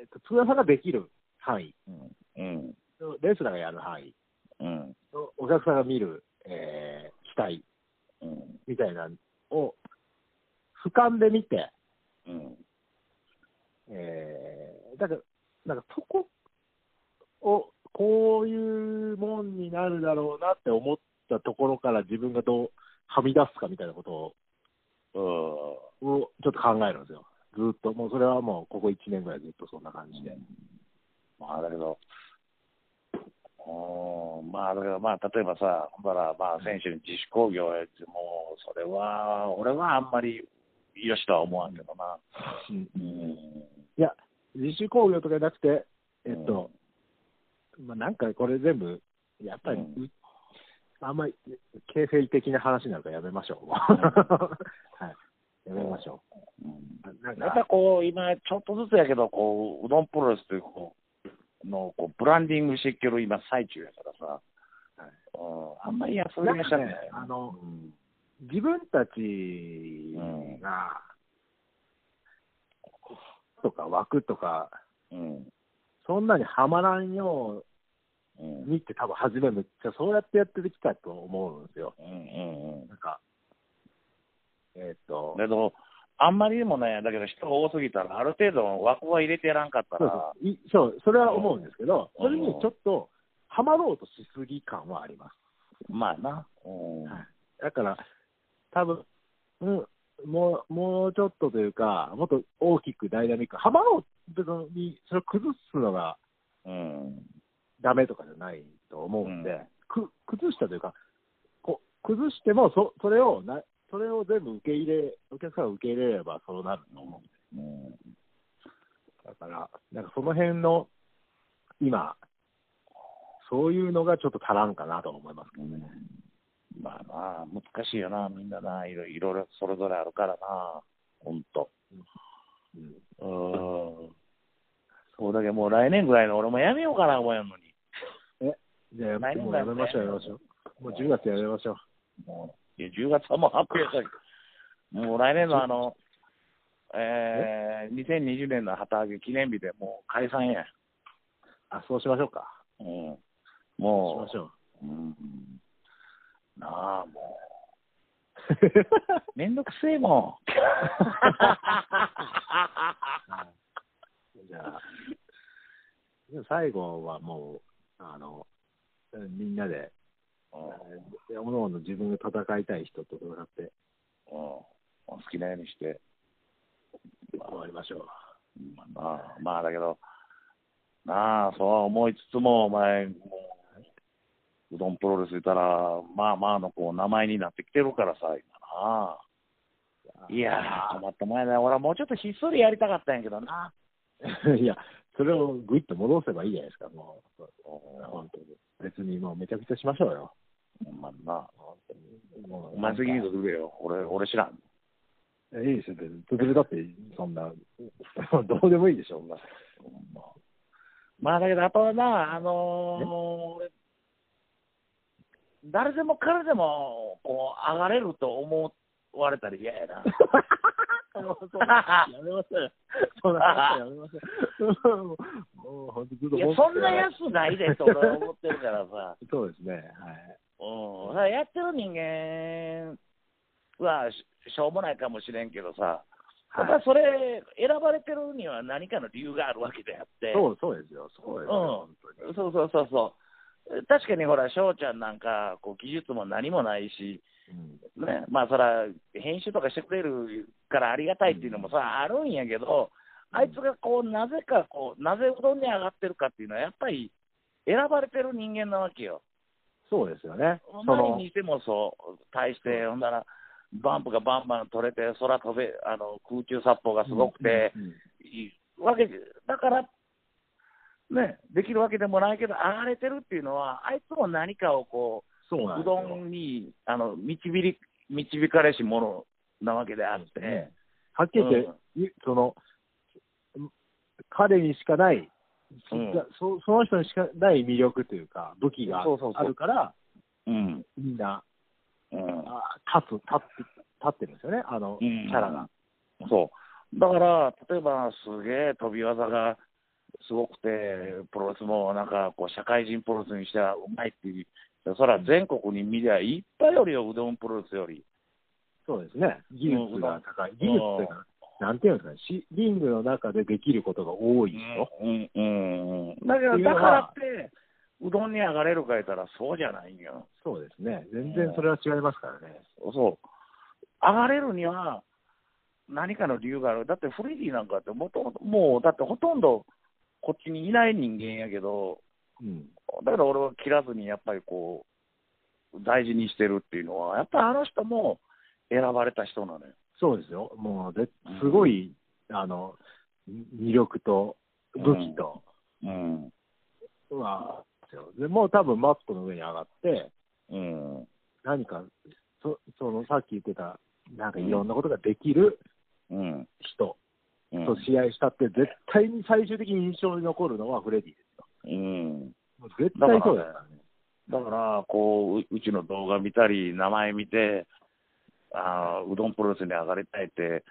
B: っと、津田さんができる範囲、
A: うん。うん。
B: レスラーがやる範囲、
A: うん。
B: お客さんが見る、えー、期待
A: うん。
B: みたいなのを、俯瞰で見て、
A: うん。
B: えー、だから、なんかそこを、こういうもんになるだろうなって思ったところから自分がどうはみ出すかみたいなことを
A: うん
B: をちょっと考えるんですよ。ずっと、もうそれはもうここ1年ぐらいずっとそんな感じで。
A: まあだけど、うーん、まあだけど、まあ例えばさ、ほんなら、まあ選手に自主興行へって、もうそれは、俺はあんまりよしとは思わんけどな。
B: うん
A: うん。
B: いや、自主工業とかじゃなくて、えっと、まあ、なんかこれ全部、やっぱり、
A: うん
B: あんまり形成的な話になるからやめましょう。 *laughs* はい、やめましょ
A: うん。
B: う。なん
A: なんか
B: か、
A: こう、今、ちょっとずつやけど、こう、うどんプロレスという、こう、の、こう、ブランディングしてきてる今、最中やからさ、
B: はい
A: うん、あんまり休みがしたくない
B: なんかねあの
A: うん
B: 自分たちが、とか枠とか、
A: うん、
B: そんなにはまらんよ
A: う、
B: うんにって、多分初めめっちゃそうやってやってきたと思うんですよ。
A: うん、うん、うん。
B: なんか、えっと、
A: だけど、あんまりにもね、だけど人が多すぎたら、ある程度枠は入れてやらんかった
B: そう
A: ら、
B: そういそう、それは思うんですけど、
A: うん
B: それにちょっと、はまろうとしすぎ感はあります。
A: まあな。うん。
B: はいだから、多分うんもうもうちょっとというか、もっと大きくダイナミック、はまろうってのに、それを崩すのが
A: うん。
B: ダメとかじゃないと思うんで、
A: うん
B: く崩したというか、こ崩してもそ、それをな、それを全部受け入れ、お客さんが受け入れればそうなると思
A: う
B: う。
A: ん。
B: だから、なんかその辺の、今、そういうのがちょっと足らんかなと思いますけどね。
A: まあな、難しいよな、みんなな、いろいろいろそれぞれあるからな、ほんと。
B: うん、
A: うん。そうだけど、もう来年ぐらいの俺もやめようかな、思やんのに。
B: じゃあ、
A: 来年
B: もうやめましょう、やめましょう。もう10月やめましょう。
A: もう、いや10月はもう発表やから。もう来年のあの、えー、2020年の旗揚げ記念日でもう解散や。
B: あ、そうしましょうか。
A: うん。
B: そうし
A: も
B: ましょう。
A: う、うん。なあ、もう、めんどくせえ
B: *laughs*
A: もん。
B: *laughs* じゃあ、でも最後はもう、あの、うんみんなで、えーおのおの自分が戦いたい人と戦って
A: うん。お好きなようにして。
B: 終わりましょう。
A: まあなあ、まあだけど、なあ、そうは思いつつも、お前、もう、うどんプロレス言ったら、まあまあのこう名前になってきてるからさ、今なあ。いやー、困ったもんやね。俺はもうちょっとひっそりやりたかったんやけどな。
B: *laughs* いや、それをぐいっと戻せばいいじゃないですか、もう、
A: ほ
B: 本当に。別にもうめちゃくちゃしましょうよ。
A: んまにな。
B: も
A: お前次にくれよ。俺、俺知らん。
B: いいですよ、別に。別にだって、そんな、 *laughs* どうでもいいでしょ、そんな。
A: まあだけど、あとはな、あのー、誰でも彼でも、こう、上がれると思われたら嫌や
B: *laughs*
A: な。
B: やめません。そんな話はやめません。もう、もう本当ずっと
A: いや、
B: 文句
A: そんなやつないで
B: *laughs*
A: って俺は思ってるからさ。
B: そうですね、は
A: う
B: い。
A: ん。だからやってる人間はししょうもないかもしれんけどさ、やっぱ
B: はい
A: りそれ、選ばれてるには何かの理由があるわけであって。
B: そう、そうですよ、そうですよ、本
A: そうそうそうそう。確かにほら、翔ちゃんなんか、こう技術も何もないし、
B: 当に。うん
A: ね、まあそら、編集とかしてくれるからありがたいっていうのもさ、あるんやけど、あいつがこう、なぜかこう、なぜうどんに上がってるかっていうのは、やっぱり選ばれてる人間なわけよ。
B: そうですよね。その
A: 何にしてもそう、対して、ほんなら、バンプがバンバン取れて、空飛べ、あの空中殺法がすごくて、
B: うんうん
A: いいわけでだから、ね、できるわけでもないけど、上がれてるっていうのは、あいつも何かをこ
B: そう
A: う、
B: なん
A: う
B: です
A: ど
B: よ。
A: んにあの導り導かれしものなわけであって、
B: ねはっきり言って、いその、彼にしかない、
A: うん
B: そその人にしかない魅力というか、武器が
A: そうそうそう
B: あるから、
A: うん。
B: みんな、
A: うん。
B: あ立つ、立って、立ってるんですよね、あの、
A: う
B: キ
A: ん
B: ャラが。
A: そう。だから、例えば、すげえ飛び技がすごくて、プロレスもなんかこう、社会人プロレスにしてはうまいっていう、そら全国に見りゃいっぱいよりよ、うどんプロレスより。
B: そうですね。技術が高い。技術というか、なんていうんですかね、しリングの中でできることが多い人。
A: うん、うん、うん。だけど、
B: っていう
A: だ
B: の
A: か
B: は
A: らって、うどんに上がれるか言ったら、そうじゃないんよ。
B: そうですね。全然それは違いますからね。
A: そう。上がれるには、何かの理由がある。だって、フレディなんかって、もともと、もう、だってほとんど、こっちにいない人間やけど、
B: うん。
A: だから俺は切らずにやっぱりこう、大事にしてるっていうのは、やっぱりあの人も選ばれた人なのよ。
B: そうですよ。もうで
A: うん、
B: すごい、あの、魅力と武器と
A: うん。
B: は、ですよでもう多分マットの上に上がって、
A: うん。
B: 何か、そそのさっき言ってた、なんかいろんなことができる
A: うん。
B: 人
A: うん。
B: と試合したって、絶対に最終的に印象に残るのはフレディですよ。
A: うん。
B: もう絶対そうだからね。
A: だから、こう、ううちの動画見たり、名前見て、あーうどんプロレスに上がりたいって、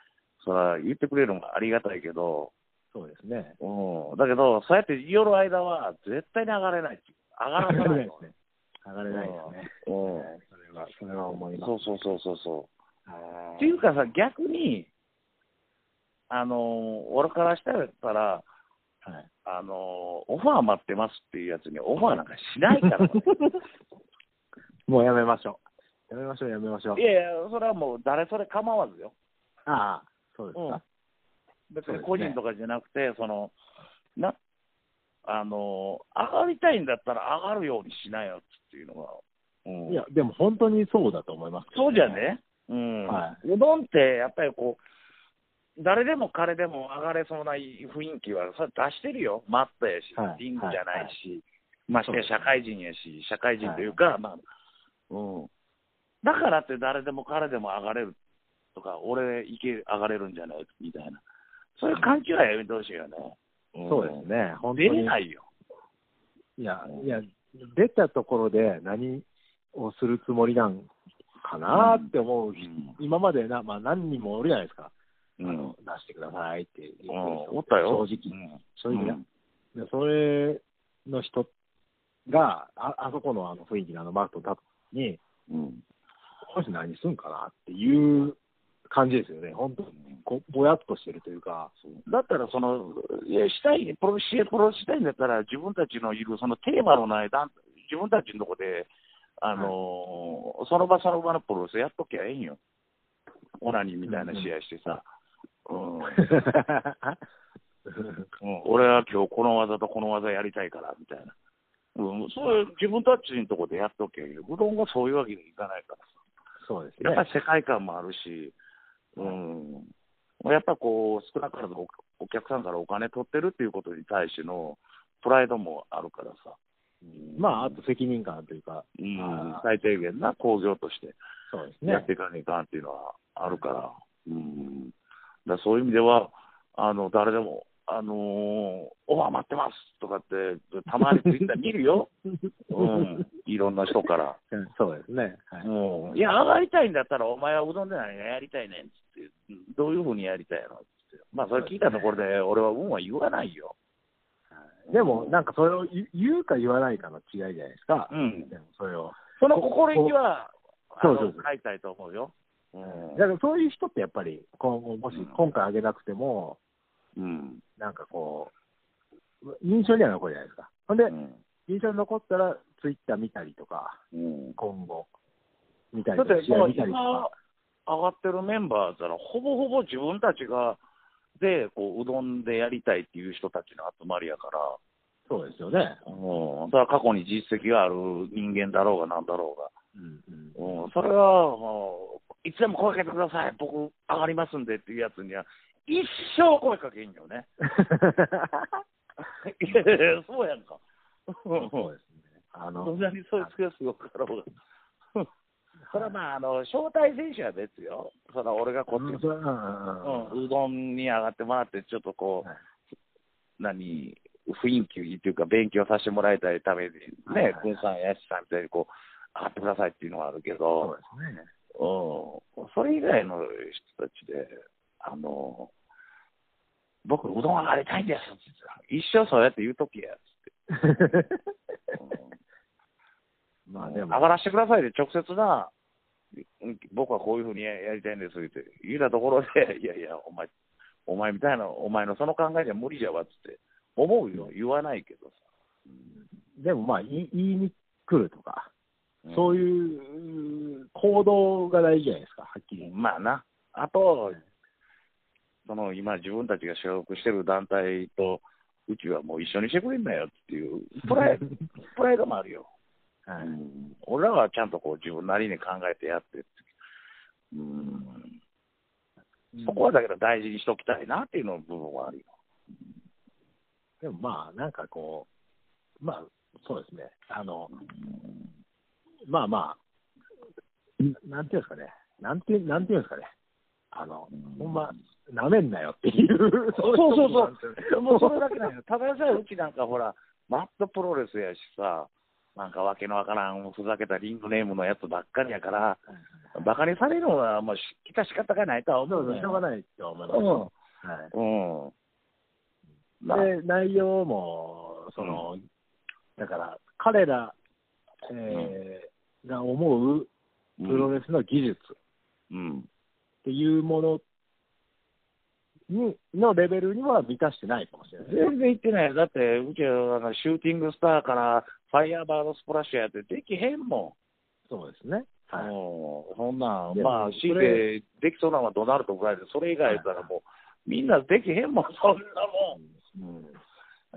A: そら言ってくれるのもありがたいけど、
B: そうですね。
A: うん。だけど、そうやって言る間は、絶対に上がれないっていう。上がら
B: 上
A: さ
B: が
A: な
B: れないい
A: の
B: で。すね。上がれないですね。
A: うん。
B: はいそれは、それは思います
A: そ。うそうそうそうそう。
B: はい
A: っていうかさ、逆に、あのー俺からしたら、
B: はい。
A: あのーオファー待ってますっていうやつにオファーなんかしないから、
B: *laughs*
A: ね、
B: もうやめましょう。やめましょう、やめましょう
A: い。やいや、それはもう誰それ構わずよ、
B: ああ、そうですか。
A: 別に個人とかじゃなくて、そのなあのー上がりたいんだったら上がるようにしなよっていうのが、うん
B: いや、でも本当にそうだと思いますけど、
A: そうじゃね、うん
B: は
A: うどんってやっぱりこう、誰でも彼でも上がれそうな雰囲気は、それ出してるよ、マットやし、
B: はい
A: リングじゃないし、ましてや社会人やし、社会人というか、まあうん、だからって誰でも彼でも上がれるとか、俺、いけ上がれるんじゃないみたいな、そういう環境はやめてほしいよね。
B: そうですね。本当
A: 出れ
B: に。
A: ないよ。
B: いや、いや、出たところで何をするつもりなんかなって思う人、今までな、まあ、何人もおるじゃないですか。
A: う
B: あ
A: ん、
B: の出してくださいって言って
A: うん
B: る人
A: おったよ。
B: 正直。
A: う
B: 正
A: ん
B: 直な。でそれの人が、ああそこのあの雰囲気のあのマークと立つに、
A: うんうん
B: この人何すんかなっていう感じですよね。本当にこぼやっとしてるというか。
A: だったら、その、いや、したい、プロ試合プロしたいんだったら、自分たちのいる、そのテーマのない団、自分たちのとこで、あのーその場その場のプロレスやっときゃええんよ。オナニーみたいな試合してさ。うん。うん俺は今日この技とこの技やりたいから、みたいな。うん、そういう自分たちのとこでやっときゃいいよ。うどんはそういうわけにいかないからさ。
B: そうです
A: や
B: ね
A: っぱ。り世界観もあるし、うん、やっぱこう、少なからずおお客さんからお金取ってるっていうことに対してのプライドもあるからさ、うん
B: まあ、あと責任感というか、
A: うん
B: あー
A: 最低限な興行として
B: そうです
A: や
B: ね
A: っ。ていかないかんっていうのはあるから、うん、だからそういう意味では、あの誰でも、あのーオファー待ってますとかって、たまにツイッター見るよ、
B: *laughs*
A: うん、いろんな人から。
B: うんそうですね。はい
A: もういや、上がりたいんだったら、お前はうどんで何がやりたいねんっつって、どういうふうにやりたいのっつって、まあ、それ聞いたところで、俺は運は言わないよ。
B: でも、なんかそれを言う言うか言わないかの違いじゃないですか。
A: うん
B: でもそれを。
A: その心意気は、あ
B: そう
A: の
B: そうそう
A: 書いたいと思うよ。うん
B: だからそういう人ってやっぱり、今後、もし
A: うん
B: 今回あげなくても、
A: うん。
B: なんかこう、印象には残るじゃないですか。ほんで、印象に残ったら、ツイッター見たりとか、
A: うん。
B: 今後、見たり
A: だっ
B: とか、
A: て、
B: 試
A: も
B: 合
A: う
B: 見たりと
A: 今
B: か。、
A: 上がってるメンバーったら、ほぼほぼ自分たちが、で、こう、うどんでやりたいっていう人たちの集まりやから、
B: そうですよね。
A: うん。それは過去に実績がある人間だろうが、なんだろうが。
B: うんうん *laughs*
A: うん、それはもう、いつでも声かけてください、僕、上がりますんでっていうやつには、一生声かけんよね。いやいやいやそうやんか。
B: そうですね。あ
A: ど
B: の、
A: んなにそういうつけすよかろうが。それはまあ、あの、招待選手は別よ。それは俺がこっち、
B: う
A: うん
B: うんうんうん
A: うどんに上がってもらって、ちょっとこう、
B: はい
A: 何、雰囲気っていうか、勉強させてもらいたいために、
B: は
A: ね
B: いはいは、い
A: 軍さん、やしさんみたいに、こう、上がってくださいっていうのはあるけ
B: そう
A: ど、
B: ですね。
A: うん、それ以外の人たちで、あの、僕、うどん上がりたいんですって言ってた一生そうやって言うときや、つって。うん
B: *laughs* まあで
A: 上が
B: も、
A: らせてくださいで、直接な、うん僕はこういうふうにややりたいんですって言うたところで、い *laughs* やいや、お前、お前みたいな、お前のその考えじゃ無理じゃわっつって、思うよ、言わないけどさ、
B: でもまあ、言い言いに来るとか、
A: うん
B: そういう行動が大事じゃないですか、はっきり。
A: まあな、あと、その今、自分たちが所属してる団体と、うちはもう一緒にしてくれんなよっていうプ
B: *laughs*
A: ライプライドもあるよ。
B: はい
A: うん俺らはちゃんとこう自分なりに考えてやってって、うん、そこはだけど大事にしときたいなっていうの部分はあるよ。
B: でもまあ、なんかこう、まあ、そうですね、あの、まあまあ、ななんていうんですかね、なんてなんていうんですかね、あの、ほんま、なめんなよっていう、
A: そうそうそう
B: なんですよね
A: もうそれだけなんよ。ただでさえうちなんかほら、マットプロレスやしさ、なんかわけのわからん、ふざけたリングネームのやつばっかりやから、バカにされるのは、まあ、しきた仕方がないとは思
B: そ
A: う
B: うそ
A: の
B: う、
A: よ
B: しょうがないと思います。はい
A: うん。うん。まあ
B: で、内容も、その、だから、彼ら、えーが思うプロレスの技術っ
A: うん。
B: ていうものに、のレベルには満たしてないかもしれないですね。
A: 全然言ってないよ。だって、うちはなんかシューティングスターから、ファイヤーバードスプラッシュやってできへんも
B: そうですね。
A: ん。
B: はい。
A: うんそんなん、
B: で
A: まあ、
B: そ
A: 強
B: れ
A: いてできそうなのはドナルドぐらいで、それ以外やったらもう、みんなできへんもん、そんなもん。
B: う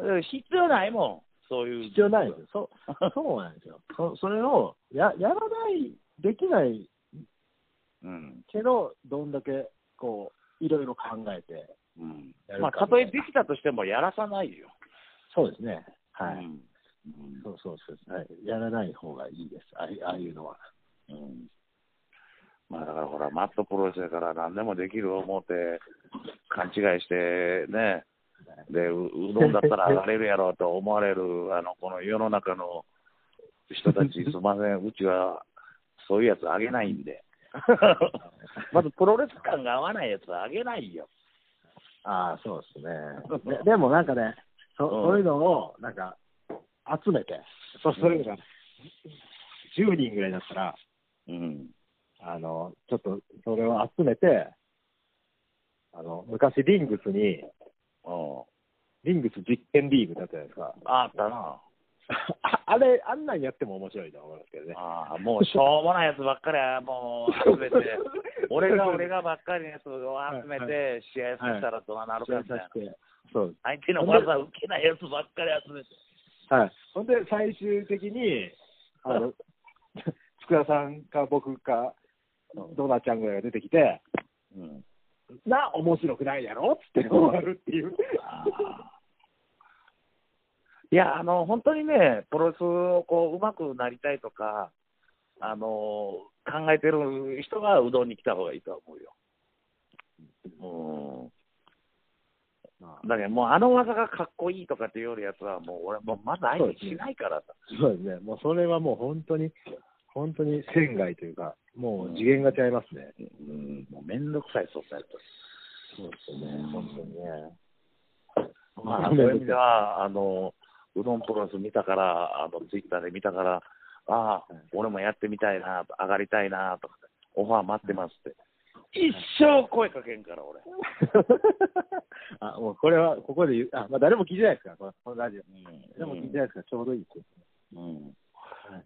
B: ん
A: うん必要ないもん、そういう。
B: 必要ないです。そう、そうなんですよ。そそれをや、やらない、できない
A: *laughs* うん。
B: けど、どんだけ、こう、いろいろ考えて、
A: うん
B: やるかみたいな
A: まあ、たとえできたとしてもやらさないよ。
B: そうですね。はい。
A: うん
B: そ。うそうそう、はい、やらない方がいいです、ああいああいうのは。
A: うんまあ、だからほら、マットプロレスやから何でもできる思うて、勘違いしてね、で、ううどんだったら上がれるやろうと思われる、あの、この世の中の人 *laughs* たち、すいません、うちはそういうやつあげないんで。 *laughs* まずプロレス感が合わないやつはあげないよ。
B: ああ、そうですね。ででもなんかね、そ
A: うん
B: そういうのをなんか集めて、そそういうのが10人ぐらいだったら、
A: うん。
B: あのちょっとそれを集めて、あの昔、リングスに、
A: うん。
B: リングス実験リーグだったじゃないですか。
A: あったな。
B: *laughs* ああれ、あんなんやっても面白いと思いますけどね。
A: ああ、もうしょうもないやつばっかりは、もう集めて、俺が
B: *laughs*
A: 俺がばっかりのやつを集めて、試合させたらどうなるかみたいな
B: さ。せてそうです
A: 相手の技受けないやつばっかり集めて。
B: はい、ほんで最終的にあの *laughs* つくらさんか僕かドナちゃんぐらいが出てきて
A: うん。
B: な面白くないやろっつって終わるっていう
A: ああいや、あの、本当にね、プロレスをこう、うまくなりたいとか、あの、考えてる人がうどんに来た方がいいとは思うよ。うん。だけど、もうあの技がかっこいいとかっていうよりやつは、もう俺、もうまだ相手しないからさ。
B: そうですねもうそれはもう本当に本当に仙外というかもう次元が違いますね、
A: うん、もうめんどくさい、そうなる
B: そうですね本当にね
A: と。まあ、そういう意味
B: *laughs*
A: では、あの、うどんプロレス見たから、あの、ツイッターで見たから、ああ
B: はい、
A: 俺もやってみたいな、上がりたいな、とか、オファー待ってますって。一生声かけんから、俺。
B: あもうこれはここで言うあ、まあ、誰も聞いてないですからこのこのラジオ
A: で
B: 誰
A: も
B: も聞いてないですからちょうどいいですよ
A: うん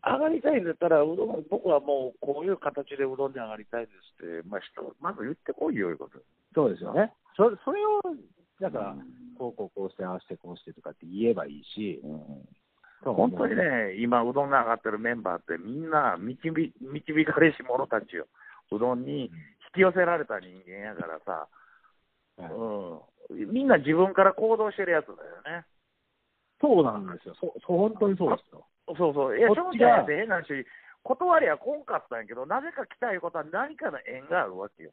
A: 上がりたいんだったら、うどん、僕はもう、こういう形でうどんに上がりたいですって、まあ、人まず言ってこいよ、いうこと。
B: そうですよね。そそれを、だから、
A: うん
B: こうこうこうして、ああしてこうしてとかって言えばいいし、
A: 本当にね、今、うどんが上がってるメンバーって、みんな導導かれし者たちよ、うどんに引き寄せられた人間やからさ、
B: はい、
A: うん、みんな自分から行動してるやつだよね。
B: そうなんですよ。そう、そう本当にそうですよ。
A: そうそう、いや、
B: こ
A: 正
B: っち
A: 直
B: が
A: やって変な話、断りはこんかったんやけど、なぜか来たいうことは何かの縁があるわけよ。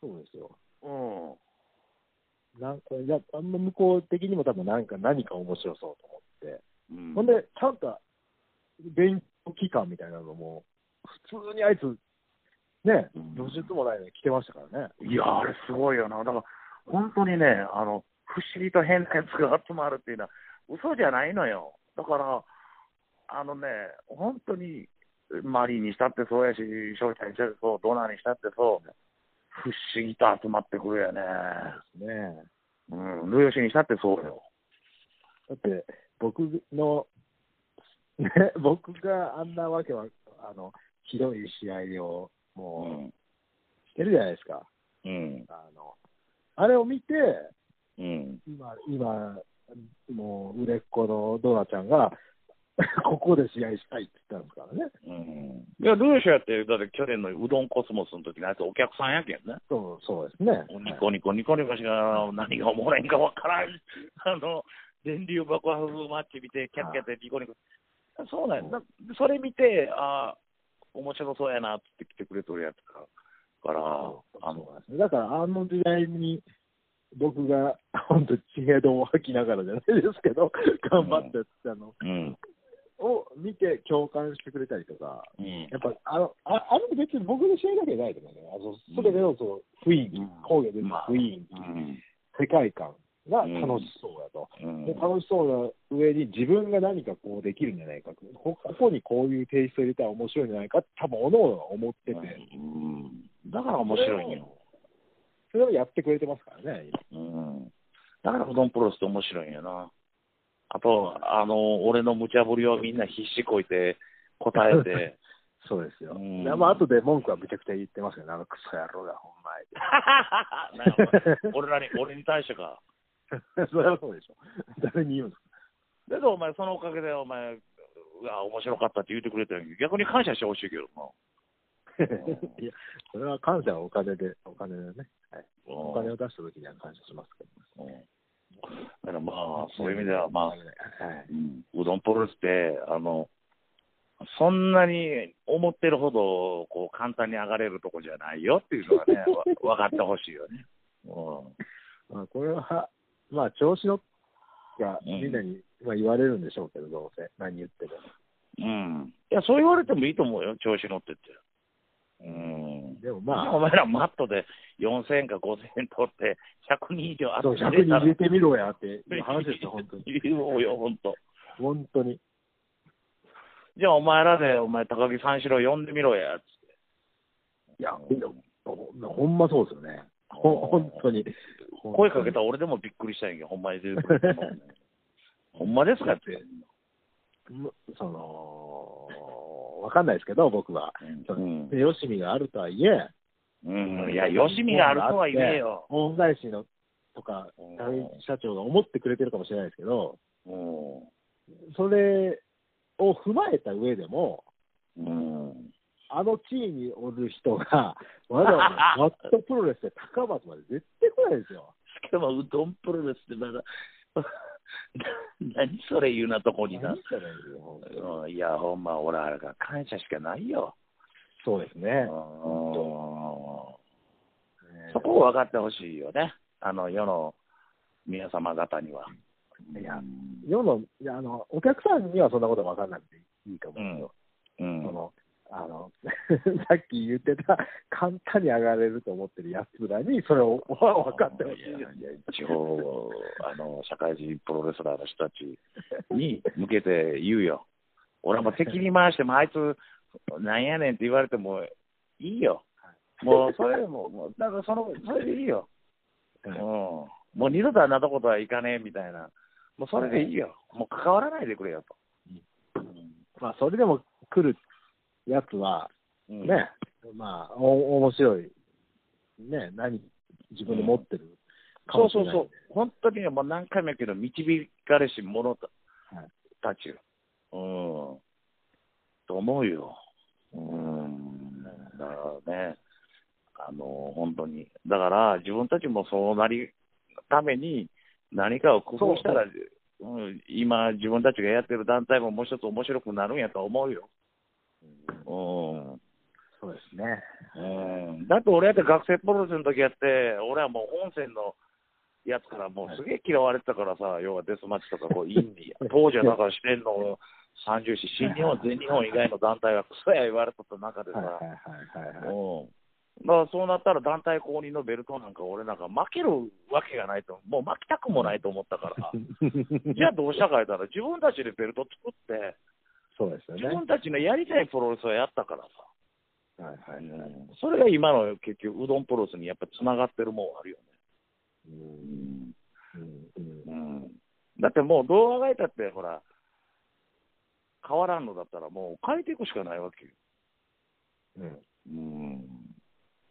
B: そうですよ。
A: うん
B: なんかいやあんま向こう的にも多分何か何か面白そうと思って、
A: うん
B: ほんで、ちゃんと勉強期間みたいなのも、普通にあいつ、ね、
A: うん
B: どしつもないのに来てましたからね。
A: いや、あれすごいよな、だから本当にね、あの不思議と変なやつが集まるっていうのは、嘘じゃないのよ、だから、あのね、本当にマリーにしたってそうやし、翔ちゃんにしたってそう、ドナーにしたってそう、不思議と集まってくるよね、
B: ね
A: うん、ルヨシにしたってそうよ。
B: だって、僕の、ね、 *laughs* 僕があんなわけは、あの、ひどい試合を、も
A: ん
B: う、してるじゃないですか。
A: うん
B: あの、あれを見て、
A: うん
B: 今、今、もう売れっ子のドナちゃんが、 *laughs* ここで試合したいって言ったんですからね。
A: うんいや、ルーシャって、だって去年のうどんコスモスの時のやつ、お客さんやけんね。
B: そうそうですね。
A: ニコニコニコニコしか何がおもろいんかわからん、あの電流爆破風マッチ見て、キャッキャってニコニコ、そうなんや、なそれ見て、ああ、面白そうやなって来てくれとるやつかから、
B: そう
A: あ
B: そう
A: の
B: なんですねだからあの時代に僕が本当知恵度を吐きながらじゃないですけど頑張ってやってたの
A: うん、
B: を見て共感してくれたりとか
A: うん
B: や、っぱあのああれ別に僕の試合だけじゃないと思うねあのそれでのその雰囲気
A: うん
B: 工芸での
A: まあ
B: 雰囲気、
A: うん
B: 世界観が楽しそうやと、
A: うん
B: で楽しそうな上に自分が何かこうできるんじゃないかこここにこういうテイスト入れたら面白いんじゃないかって多分おのが思ってて、
A: うんだから面白いんよ、
B: それをやってくれてますからね今
A: うん、だからうどんプロレスって面白いんやな。あと、あの俺の無茶ぶりをみんな必死こいて答えて。
B: *laughs* そうですよ。
A: うん
B: まあ後で文句はめちゃくちゃ言ってますけど、あのクソ野郎が、ほんまに。
A: なんや
B: *laughs*
A: お前俺らに、俺に対してか。
B: それはそうでしょ。誰に言うんですか。
A: だけど、お前、そのおかげで、お前、うわ、面白かったって言ってくれたんやけど、逆に感謝してほしいけど
B: いや、それは感謝はお金で、お金でね、はい、
A: な。
B: お金を出した時には感謝しますけど。
A: うんうんだからまあ、そういう意味では、まあ
B: は、い、
A: うんうどんプロレスって、あの、そんなに思ってるほど、こう、簡単に上がれるとこじゃないよっていうのが
B: *laughs*
A: ね、わ分かってほしいよね。う
B: まあこれは、まあ調子のが
A: うん
B: みんなに、まあ、言われるんでしょうけど、どうせ、何言っても。
A: ん。う
B: *laughs*
A: ん。いや、そう言われてもいいと思うよ、調子乗ってって。うん。
B: でも
A: ま
B: ま
A: あ、お
B: あ、
A: 前らマットで4000円か5000円取って、100人以上あ
B: そう
A: って
B: 100に入れ
A: *laughs*
B: てみろやっていう話ですよ、本当に。
A: 言おうよ、本当。
B: 本当に。
A: じゃあ、お前らで、お前、高木三四郎呼んでみろや、つって。
B: いや、ほんほんまそうですよね。ほ本当に。
A: 声かけた俺でもびっくりしたんやけど、ほんまに出てくると思うねほんまですかって。
B: むその、わかんないですけど、僕は。その
A: うん
B: で、よしみがあるとはいえ、
A: うん、いや、よしみがあるとは言えよ。
B: 恩返しのとか
A: うん、
B: 高木社長が思ってくれてるかもしれないですけど、
A: うん。
B: それを踏まえた上でも、
A: うん。
B: あの地位におる人が、 *laughs* わざ
A: *laughs*
B: わざマットプロレスで高松まで絶対来ないですよ。
A: しかも、うどんプロレスってまだ、 *laughs* 何それ言うなとこにな
B: 何。したらいいの本当に
A: うん、いや、ほんま、俺、あれが感謝しかないよ。
B: そうです
A: う
B: ね
A: ん。
B: ね
A: そこを分かってほしいよね、あの世の皆様方には。
B: いや世のいやあの、お客さんにはそんなことわかんなくていいかもですよ。
A: うん
B: そのあの *laughs* さっき言ってた、簡単に上がれると思ってるやつらに、それをわ分かってほしい
A: いやい
B: です
A: や地
B: *laughs*
A: 方あの、社会人プロレスラーの人たちに向けて言うよ、俺はもう敵に回しても、あいつ、なんやねんって言われてもいいよ、もうそれで
B: *laughs*
A: も、もうだからそのそれでいいよ、うん、
B: うん
A: もう二度とあんなとことはいかねえみたいな、もうそれでいいよ、もう関わらないでくれよと。うん
B: まあ、それでも来るやつは、
A: うん
B: ね、まあ、お面白い、ね、何、自分で持ってる
A: そ
B: かも
A: う
B: し
A: そ
B: れ
A: う
B: ないんで、
A: そう、本当にね、もう何回も言うけど、導かれし者た
B: はい
A: たちよ、うん、と思うよ、うん、だからね、あの本当に、だから自分たちもそうなりために、何かを工夫したら、うん、今、自分たちがやってる団体ももう一つ面白くなるんやと思うよ。うん
B: そうですね。
A: うんだって俺やって学生プロレスの時やって、俺はもう本線のやつからもうすげえ嫌われてたからさ、要はデスマッチとかこう、インディア、 *laughs* 当時はだから四天王三重視、新日本、全日本以外の団体はクソや言われとった中で
B: はいは
A: さ、
B: いはいはいはい。
A: うん。だからそうなったら団体公認のベルトなんか俺なんか負けるわけがないと、もう負けたくもないと思った
B: *laughs*
A: から、じゃあどうしたか言ったら、自分たちでベルト作って、
B: そうですよね。
A: 自
B: はい
A: 分たちのやりたいプロレスをやったからさ、
B: はいはい。
A: それが今の結局、うどんプロレスにやっぱつながってるもんあるよ
B: う
A: ね。
B: んうん
A: う
B: うん
A: んだってもう動画がいたって、ほら、変わらんのだったら、もう変えていくしかないわけよ。
B: うん
A: うん、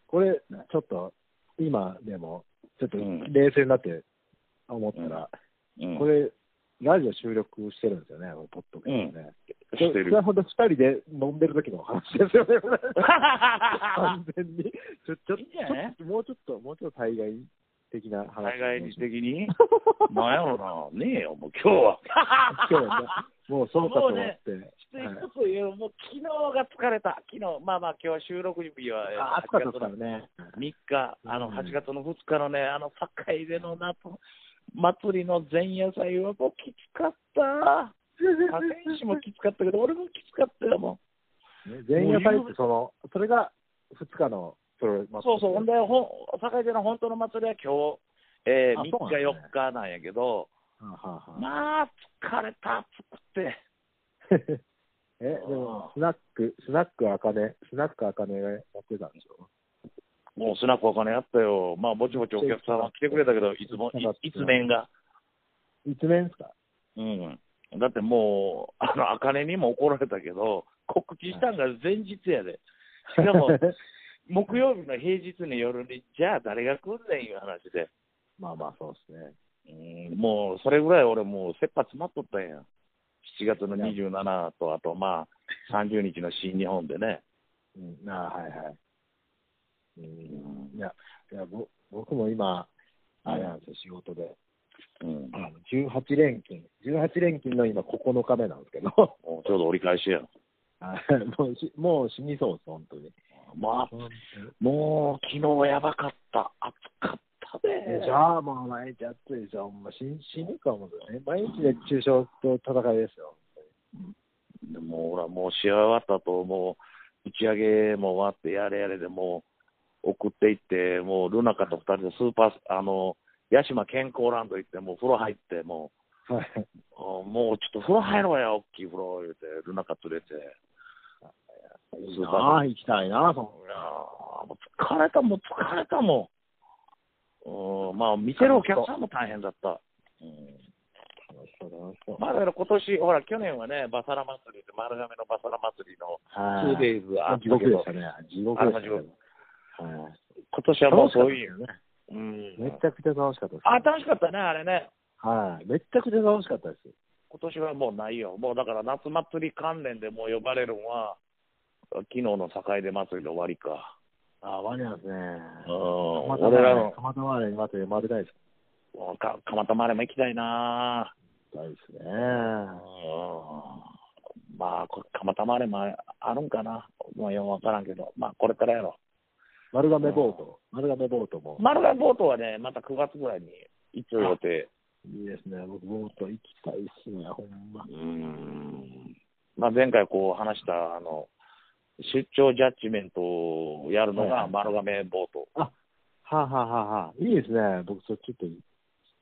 B: これ、ちょっと、今でも、ちょっと
A: うん
B: 冷静になって思ったら、こ
A: れ、
B: れ、ラジオ収録してるんですよね、このポッドキャストね。
A: 知って
B: *laughs* それ
A: る。
B: ほど2人で飲んでる時のお話ですよね、これ完全に。ちょ、ちょ
A: いいんじゃない
B: ちょもうちょっと、もうちょっと対外的な話。
A: 海外的になんやろうな、ねえよ、もう今日は。
B: 今日
A: *laughs*
B: はね、 *laughs* もうそうかと思って。
A: 一つ言うもう昨日が疲れた、昨日まあまあ、今日は収録日は
B: はい、あ暑かったですからね。
A: 3日、あの
B: うん
A: 8月の2日のね、あの堺での夏祭りの前夜祭はもうきつかった。河川市もきつかったけど、俺もきつかったよ、も
B: ね前夜祭って、その、それが2日のプロレス
A: う。
B: 祭
A: そうそう、ほんで、ほん堺での本当の祭りは今日、えー、
B: あそうなんですね
A: 3日、4日なんやけど、
B: はあはあはあ
A: まあ、疲れた、暑くて。
B: *laughs* え、でも、スナック、スナックあかね、スナックあかねがやってたんでしょ
A: もうスナックお金あったよ。まあ、ぼちぼちお客さんは来てくれたけど、いつも、いいつ面が。
B: 一面ですか
A: うん。だってもう、 *laughs* あの、あかねにも怒られたけど、告知したんが前日やで。しかも、木曜日の平日の夜に、じゃあ誰が来んねんいう話で。
B: *laughs* まあまあ、そうですね。
A: うん、もう、それぐらい俺もう、切羽詰まっとったんや。7月の27と、あとまあ、30日の新日本でね。
B: うん、あはいはい。うん、いや、いやぼ僕も今、あれなんですよ、仕事で。
A: うん。
B: あの18連勤、18連勤の今、9日目なんですけ *laughs* ど、
A: もうちょうど折り返しや。
B: はいもうしもう死にそうです、本当に。
A: まあ、もう、昨日やばかった。暑かったで。
B: えじゃあ、もう毎日暑いですよ、ほんま死死ぬかもね。毎日熱中症と戦いですよ。
A: でもうほら、もう試合終わったと、もう打ち上げも終わって、やれやれでもう送っていって、もうルナカと二人でスーパー、あの、八島健康ランド行って、もう風呂入って、も
B: はい。
A: う、あもうちょっと風呂入ろうよ、大きい風呂、言うて、ルナカ連れて。スーパー
B: *laughs* ああ、行きたいな、その
A: いやーもう疲れた、もう疲れたもん。うん、まあ、見てるお客さんも大変だった。うん
B: 楽しそう楽しそう
A: まあ、だから今年、ほら、去年はね、バサラ祭りって、丸亀のバサラ祭りの
B: はい
A: 2days あった
B: 地
A: け
B: 獄で
A: ど
B: し、たね。地獄でしたね
A: あの地。
B: はい
A: 今年はもうそういう、
B: 楽しか
A: うん
B: ったですよね。めちゃくちゃ楽しかったです。
A: あ、楽しかったね、あれね。
B: はい。めちゃくちゃ楽しかったです。
A: 今年はもうないよ。もうだから夏祭り関連でもう呼ばれるのは、昨日の境で祭りの終わりか。
B: あ、ワニなんですね。
A: うん、
B: ま
A: 俺らの、
B: またまれにまた生まれたいです。
A: うんか、蒲田までも行きたいな
B: 大ですね。
A: うん。まあ、こ蒲田までもあるんかな。もうよくわからんけど、まあ、これからやろ。
B: 丸亀ボート。丸亀ボートも。
A: 丸亀ボートはね、また9月ぐらいに一応予定。
B: いいですね。僕、ボート行きたいっすね。ほんま
A: う。ん。まあ、前回こう話した、あの、出張ジャッジメントをやるの
B: はいは
A: が
B: い
A: 丸亀ボート。
B: はあ、はあはあはあ、いいですね。僕、そっちょっと、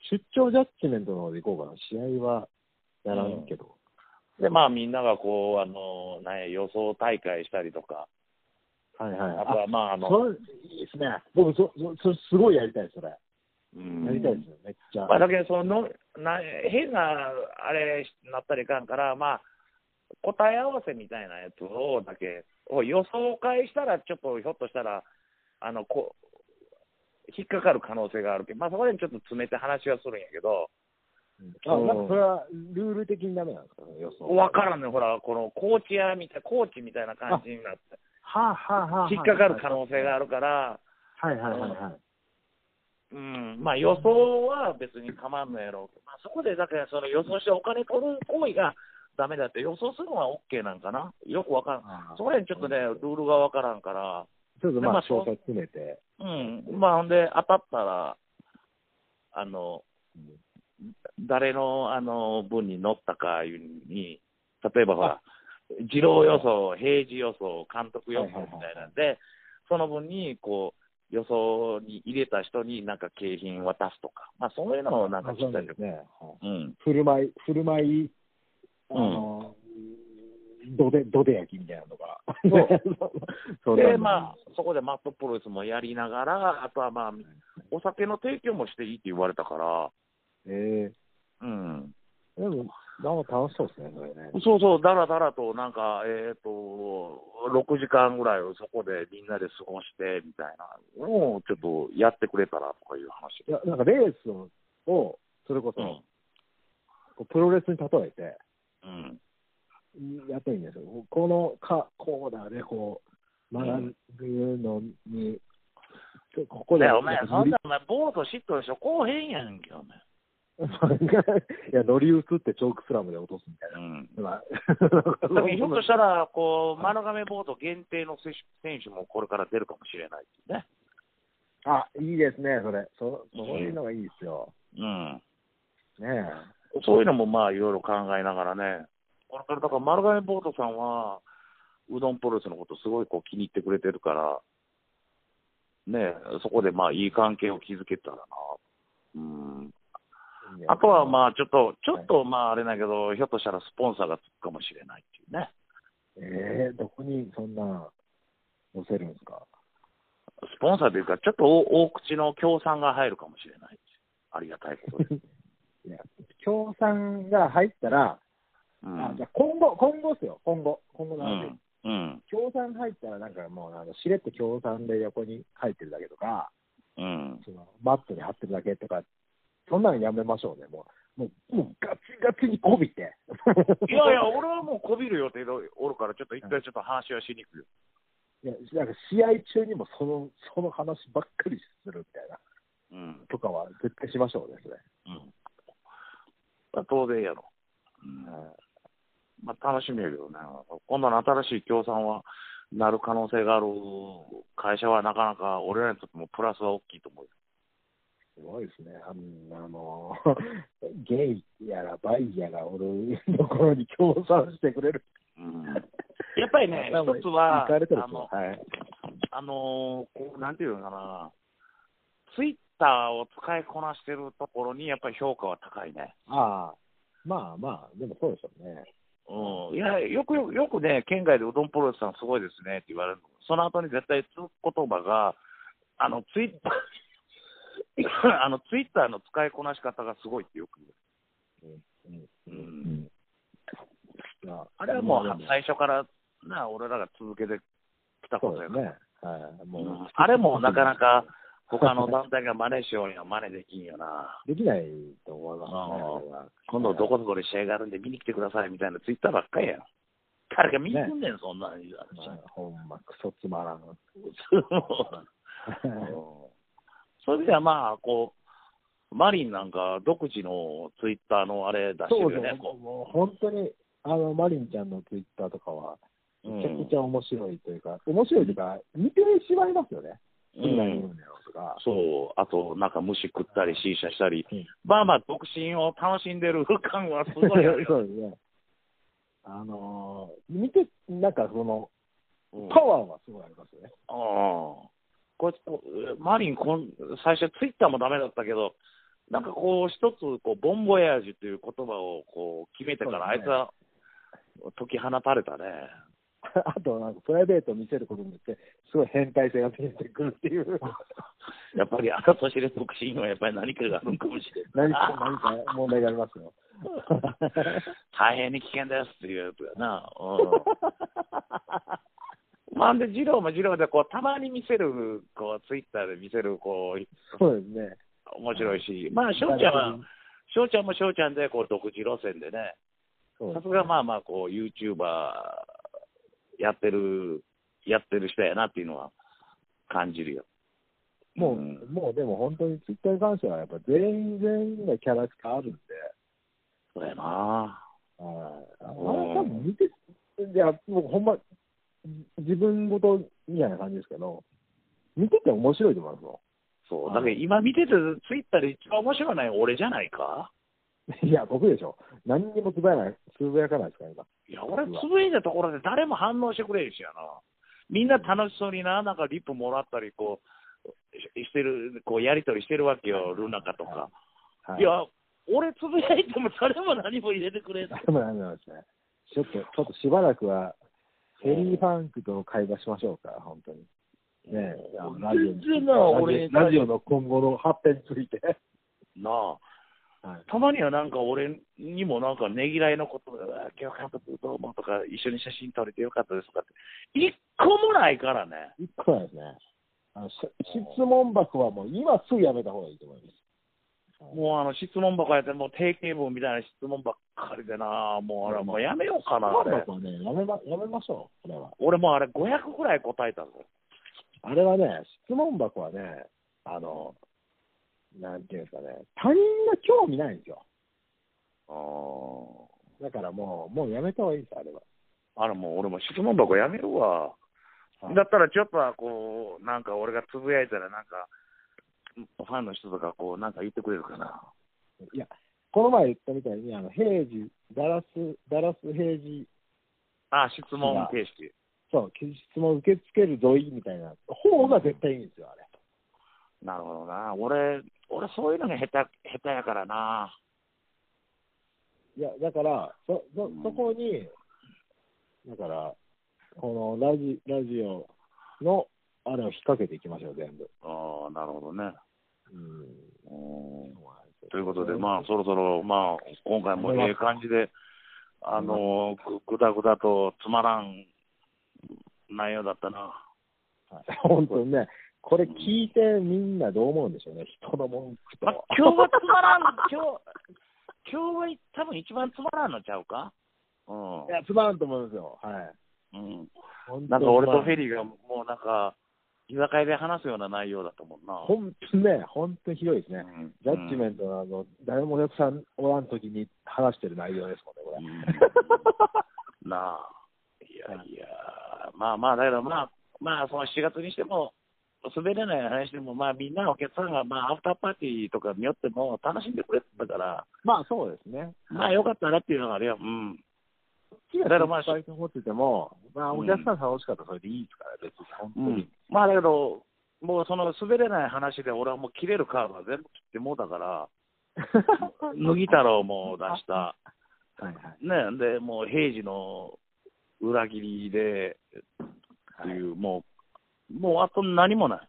B: 出張ジャッジメントの方で行こうかな。試合はやらんけど。
A: で、まあ、みんながこう、あの、なんや、予想大会したりとか、
B: はいはい。
A: あとはまあ、あの、
B: それいいですね。僕そそそれすごいやりたいそれ。や
A: うん
B: りたいですよ、めっちゃ。
A: まあ、だけど、その、な変な、あれ、なったらいかんから、まあ、答え合わせみたいなやつを、だけ、を予想会したら、ちょっと、ひょっとしたら、あの、こう、引っかかる可能性があるけど、まあ、そこでちょっと詰めて話はするんやけど、
B: あなんかそれはルール的にダメなんですか、ね、予想。
A: わか
B: ん。
A: らんねほら、この、コーチやみたい、コーチみたいな感じになって、
B: はあ、はあはあはあ、
A: 引っかかる可能性があるから、
B: はいはいはいはい。
A: うん、まあ予想は別に構わんのやろうけど、まあ、そこでだからその予想してお金取る行為がダメだって、予想するのは OK なんかな、よくわからん、そこらへんちょっとね、ルールがわからんから、
B: ちょっとま
A: まあ
B: あ、詳細詰めて。
A: うん、まあほんで、当たったら、あの、誰のあの文に載ったかいうに、例えばほら、二郎予想、平時予想、監督予想みたいなんで、その分にこう予想に入れた人になんか景品渡すとか、まあ、そういうのをなんか
B: そ
A: し
B: う
A: た
B: で
A: りと
B: す
A: か、
B: ね。
A: うん、
B: 振る舞い、振る舞い、あの、どで、どで焼きみたいなのが。 *laughs* そう
A: で、まあ、そこでマットプロレスもやりながら、あとはまあ、お酒の提供もしていいって言われたから、
B: え
A: うん、
B: えでも、なんか楽しそうですね、それね。
A: そうそう、だらだらと、なんか、えっ、と、6時間ぐらいをそこでみんなで過ごしてみたいなのを、ちょっとやってくれたらとかいう話。
B: いや、なんかレースを、をそれこそ、
A: うん
B: こうプロレスに例えて、
A: うん
B: やってるんですよ。このかコーナーでこう、学ぶのに、ここで、
A: ねお前、そん
B: 乗り
A: な、お前、ボート嫉妬でしょ、こうへんやんけ、お前。
B: *laughs* いや、乗り移ってチョークスラムで落とすみたいな。
A: うん。
B: *laughs* まあ
A: だからひょっとしたら、こう、丸亀ボート限定の選手もこれから出るかもしれないってね。
B: あ、いいですね、それ。そそういうのがいいですよ。
A: うん。
B: ね
A: そういうのもまあ、いろいろ考えながらね、これからだから丸亀ボートさんは、うどんプロレスのこと、すごいこう気に入ってくれてるから、ねえ、そこでまあ、いい関係を築けたらな。うん、
B: え。
A: あとは
B: あ、
A: まあ、ちょっと、ちょっとまあ、あれだけど、ひょっとしたらスポンサーがつくかもしれないっていうね。
B: えー、どこにそんな、載せるんですか
A: スポンサーというか、ちょっと大大口の協賛が入るかもしれない。ありがたいこと *laughs* です。
B: いや、協賛が入ったら、
A: うん。
B: あじゃあ今後、今後ですよ、今後、今後
A: う
B: の話、
A: ん。うん。
B: 協賛入ったら、なんかもうなんか、しれっと協賛で横に書いてるだけとか、
A: *laughs* うん。
B: そのマットに貼ってるだけとか、そんなのやめましょうね、もう、もうもうガチガチにこびて。
A: いやいや、俺はもうこびる予定でおるから、ちょっと一回ちょっと話はしに行くよ。
B: *laughs* いやなんか試合中にもそのその話ばっかりするみたいな
A: うん。
B: とかは絶対しましょうね、それ。
A: うん。まあ、当然やろ。
B: はい
A: まあ、楽しみやけどね。今度の新しい協賛は、なる可能性がある会社はなかなか俺らにとってもプラスは大きいと思うよ。
B: すごいですね、あんなの、 *laughs* ゲイやらバイやらおるところに協賛してくれる。
A: うん、
B: *laughs*
A: やっぱりね、一つは、
B: 行かれてる
A: あ
B: んです
A: の
B: よ、はい。
A: あのーこうなんていうのかな、ツイッターを使いこなしてるところに、やっぱり評価は高いね。
B: ああ、まあまあ、でもそうでしょうね。
A: うん、いやよくよくよくね、県外でうどんプロレスさんすごいですねって言われるの、その後に絶対つく言葉が、あのツイッターあのツイッターの使いこなし方がすごいってよく
B: う
A: 言う、うん
B: ん。いや
A: あれはもう
B: い、
A: 最初からな、俺らが続けてきた
B: そ
A: こ
B: う
A: と
B: で
A: や
B: す
A: から、
B: ね。はい。もう、
A: うんあれもなかなか他の団体が真似しようには真似できんよな。
B: できないと思いますね
A: ああ
B: あれは。
A: *laughs* 今度どこどこで試合があるんで見に来てくださいみたいなツイッターばっかりやん。誰か見に来んねん、そんなん言う
B: ま
A: 話 *laughs*
B: あほんま、クソつまらん。
A: そういう意味ではまあ、こう、マリンなんか独自のツイッターのあれ出して
B: そう
A: る
B: で
A: よ
B: す
A: ね
B: ね。、
A: こ
B: もう本当に、あの、マリンちゃんのツイッターとかは、
A: う。
B: めちゃくちゃ面白いというか、面白いというか、似てしまいますよね。
A: う
B: 何言うん
A: ん
B: だろうとか。
A: そう、あと、なんか虫食ったり、シーシャしたり
B: うん、
A: まあまあ、独身を楽しんでる感はすごいある
B: *laughs* そ
A: よ。
B: うですね。あのー、見て、なんかその、
A: うん
B: パワーはすごいありますよね。 *laughs*
A: ああ。こいつこう、マリンこん、最初ツイッターもダメだったけど、なんかこう、一つ、こう、ボンボヤージュという言葉をこう、決めてから、あ
B: そう
A: い
B: で
A: つ
B: すね
A: は解き放たれたね。
B: あと、なんかプライベートを見せることによって、すごい変態性が見えてくるっ
A: *laughs*
B: ていう、
A: やっぱり、あなた知れ独身はやっぱり何かがあるのかもしれない。
B: 何か、何か問題があります
A: *laughs*
B: よ。
A: 大変に危険ですっていうやつやな。
B: *laughs*
A: うん。まあ、で、二郎も二郎で、こう、たまに見せる、こう、ツイッターで見せる、こう、
B: そうですね。
A: 面白いし、まあ、翔ちゃんは、翔ちゃんも翔ちゃんで、こう、独自路線でね、
B: そうで
A: さ
B: す
A: す
B: ね、
A: がまあまあこう YouTuber やってるやってる人やなっていうのは感じるよ。
B: も
A: う
B: う、
A: ん
B: もうでも本当にツイッターに関しては、やっぱ全員全員がキャラクターあるんで、
A: そうやな。
B: はいあ
A: うん
B: 多分見て、いや、もうほんま、自分ごとみたいな感じですけど、見てて面白いと思いますよ。
A: そうう。
B: ん
A: だけど今見てて、ツイッターで一番面白いのは俺じゃないか
B: *laughs* いや、僕でしょ。何にもつぶやかない、つぶやかないですから、今。
A: いや、俺、つぶやいたところで誰も反応してくれるしやな。みんな楽しそうにな、なんかリップもらったり、こう、ししてる、こう、やりとりしてるわけよ、ルナカとか。
B: はい
A: や、俺つぶやいても誰も何も入れてくれない。
B: でもダメなんですね。 *laughs* ちょっと、ちょっとしばらくは、ヘリー・ファンクと会話しましょうか、本当に。ねえ、あのラジオに
A: 全然な、俺、
B: ラジオの今後の発展について。 *laughs*
A: なあ。
B: はい。
A: たまにはなんか俺にもなんかねぎらいのことが、あ今日監督どうもとか、一緒に写真撮れてよかったですとかって、一個もないからね。
B: 一個はですね、あのし質問箱はもう今すぐやめた方がいいと思います。
A: もうあの質問箱やって、もう定型文みたいな質問ばっかりでな、もうあれ、もうやめようかな、
B: 質
A: あ
B: 問
A: れ
B: 箱。はね、やめま、やめましょう、これは。
A: 俺もうあれ、500ぐらい答えたぞ。
B: あれはね、質問箱はね、あの、なんていうんですかね、他人が興味ないんですよ。
A: あ
B: だからもう、もうやめた方がいいです、あれは。
A: あれもう俺も質問箱やめるわ。
B: はい
A: だったらちょっとはこう、なんか俺がつぶやいたら、なんか、ファンの人とか、こう、なんか言ってくれるかな。
B: いや、この前言ったみたいに、あの、平時、ダラス、ダラス平時、
A: あ、質問形式。
B: そう、質問受け付ける同意みたいな方が絶対いいんですよ、あれ。
A: なるほどな。俺、俺そういうのが下手、下手やからな。
B: いや、だから、そ、そ、そこに、だから、このラジ、ラジオの、あれを引っ掛けていきましょう、全部。
A: ああ、なるほどね。
B: うん。
A: うんということで、まあ、そろそろ、まあ、今回も
B: 頑張ります
A: ええ感じで、あの、ぐぐだぐだとつまらん内容だったな。
B: あ、はい、本当にね、これ聞いてみんなどう思うんでしょうね、人の文句
A: *laughs*
B: と
A: まあ。今日はつまらん、今日、今日は多分一番つまらんのちゃうか
B: いや、つまらんと思うんですよ。はい。
A: うん。うん。
B: 本当に
A: なんか俺とフェリーがもうなんか、居酒屋で話すような内容だったもんな。
B: 本当にね、本当にひどいですね。
A: うん
B: ジャッジメントのあの、誰もお客さんおらんときに話してる内容ですもんね、 *laughs*
A: うんなあ、いやいや、まあまあ、だけどまあ、まあ、その7月にしても、滑れない話でも、まあ、みんなお客さんが、まあ、アフターパーティーとかによっても楽しんでくれてたから、
B: まあそうですね。
A: まあ、よかったなっていうのがあれよ、うん。
B: 木が
A: だからまあ
B: 失敗と思ってても、まあお客さん楽しかったらそれでいいですから、別に本当に。
A: まあ、だけど、もうその滑れない話で、俺はもう切れるカードは全部切ってもうだから、
B: *laughs*
A: 脱ぎ太郎も出した、
B: はいはい。
A: ね、で、もう平時の裏切りで、っていう、もう、もうあと何もない。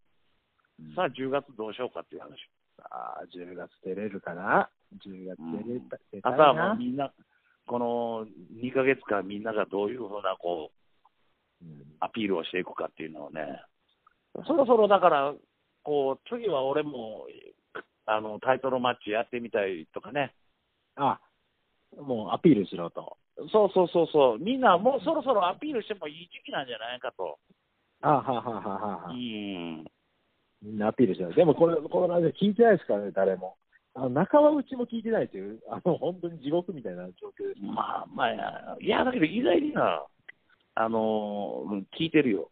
A: さあ、10月どうしようかっていう話。
B: さあ、10月出れるかな ?10 月出れた、出た
A: あ
B: い
A: とはもう
B: な。
A: みんな、この2ヶ月間、みんながどういうふうなこう
B: うん
A: アピールをしていくかっていうのをね、そろそろだから、こう次は俺もあのタイトルマッチやってみたいとかね、
B: あ、もうアピールしろと。
A: そうそうそう、そうみんなもうそろそろアピールしてもいい時期なんじゃないかと。
B: あはははは
A: う
B: は。
A: ん
B: みんなアピールしろ。でもこれ、このラジオ聞いてないですからね、誰も。あの仲間内も聞いてないという、あの、本当に地獄みたいな状況です。
A: まあまあ、いや、だけど意外にな、あのうん聞いてるよ。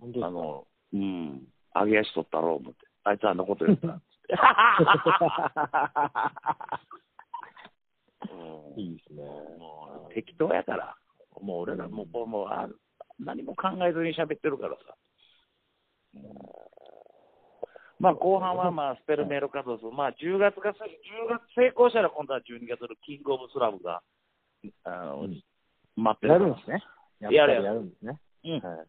B: 本当です
A: あ
B: か
A: の、うん、揚げ足取ったろう思って、あいつあんなこと言った *laughs*
B: *laughs*
A: ら。うん
B: *laughs* いいですね。
A: もう適当やから、もう俺らもう、もうあ何も考えずに喋ってるからさ。まあ後半はまあスペルメール活動です、まあ10月が、10月成功したら今度は12月のキングオブスラムが、あの、
B: うん
A: 待ってる
B: や
A: か
B: るん
A: ら
B: ですね。や
A: や
B: っ
A: る
B: ぱりやるんですね。
A: うん
B: はい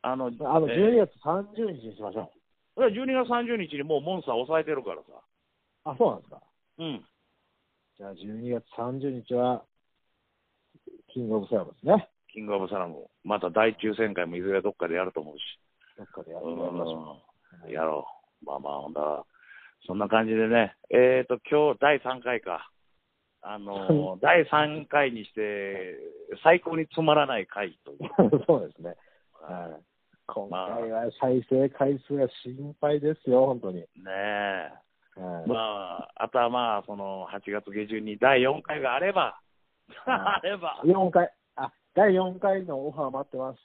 A: あの、
B: あの、
A: えー
B: 12月30日にしましょ
A: 俺は12月30日にもうモンスター抑えてるからさ。
B: う。あ、そうなんですか。
A: うん。
B: じゃあ、12月30日は、キングオブスラムですね。
A: キングオブサラム、また大抽選会もいずれどっかでやると思うし。
B: どっかでやる
A: う
B: やりましょ
A: ん。やろう。まあまあ、ほんだらそんな感じでね、えっ、と、今日第3回か。あ
B: *laughs*
A: のー第3回にして、最高につまらない回という。
B: う。 *laughs* そうですね。はい。今
A: まあ
B: 回は再生回数が心配ですよ、本当に。
A: ねえ。
B: はい
A: まあ、あとはまあ、その、8月下旬に第4回があれば、あれば、
B: 4回、あ、第4回のオファー待ってます。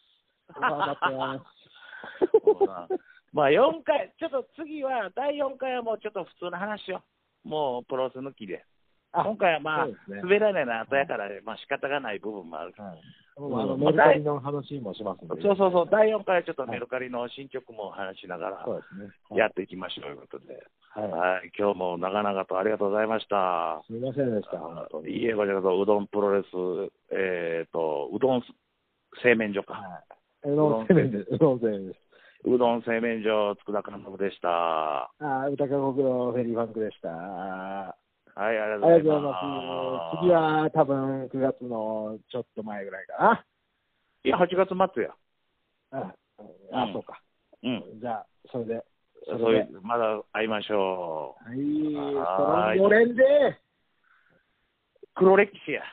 B: オファー待ってます。
A: もうなまあ4回、ちょっと次は、第4回はもうちょっと普通の話よ。もうプロレス抜きで。
B: あ
A: 今回はまあ、
B: そうですね
A: 滑らないな後やから、まあ仕方がない部分もあるけど
B: はい。
A: ん
B: あの、メルカリの話もしますので。
A: そうそうそう、第4回はちょっとメルカリの新曲も話しながら
B: そうですね。
A: やっていきましょうということで、
B: はい。はい。
A: はい、今日も長々とありがとうございました。
B: すみませんでした、本当に。
A: いいえ、こちらこそうどんプロレス、えっ、と、うどん製麺所か。
B: はい。うどん製麺です。うどん製麺です。
A: うどん製麺所、佃監督でした。は
B: ああ、歌か国のフェリーファンクでした。あ
A: い、あり
B: り
A: が
B: がと
A: とう
B: う
A: ご
B: ござ
A: ざい
B: いま。
A: ますす。
B: 次。は多分9月のちょっと前ぐらいか
A: いや、8月末や。
B: な。あ、あ
A: うん
B: そうか。
A: うん。
B: じゃあ、それで。そ
A: そうい
B: れで。
A: う、まだ会いましょう。
B: はい、
A: はーい
B: そのれんで。
A: 黒歴史や。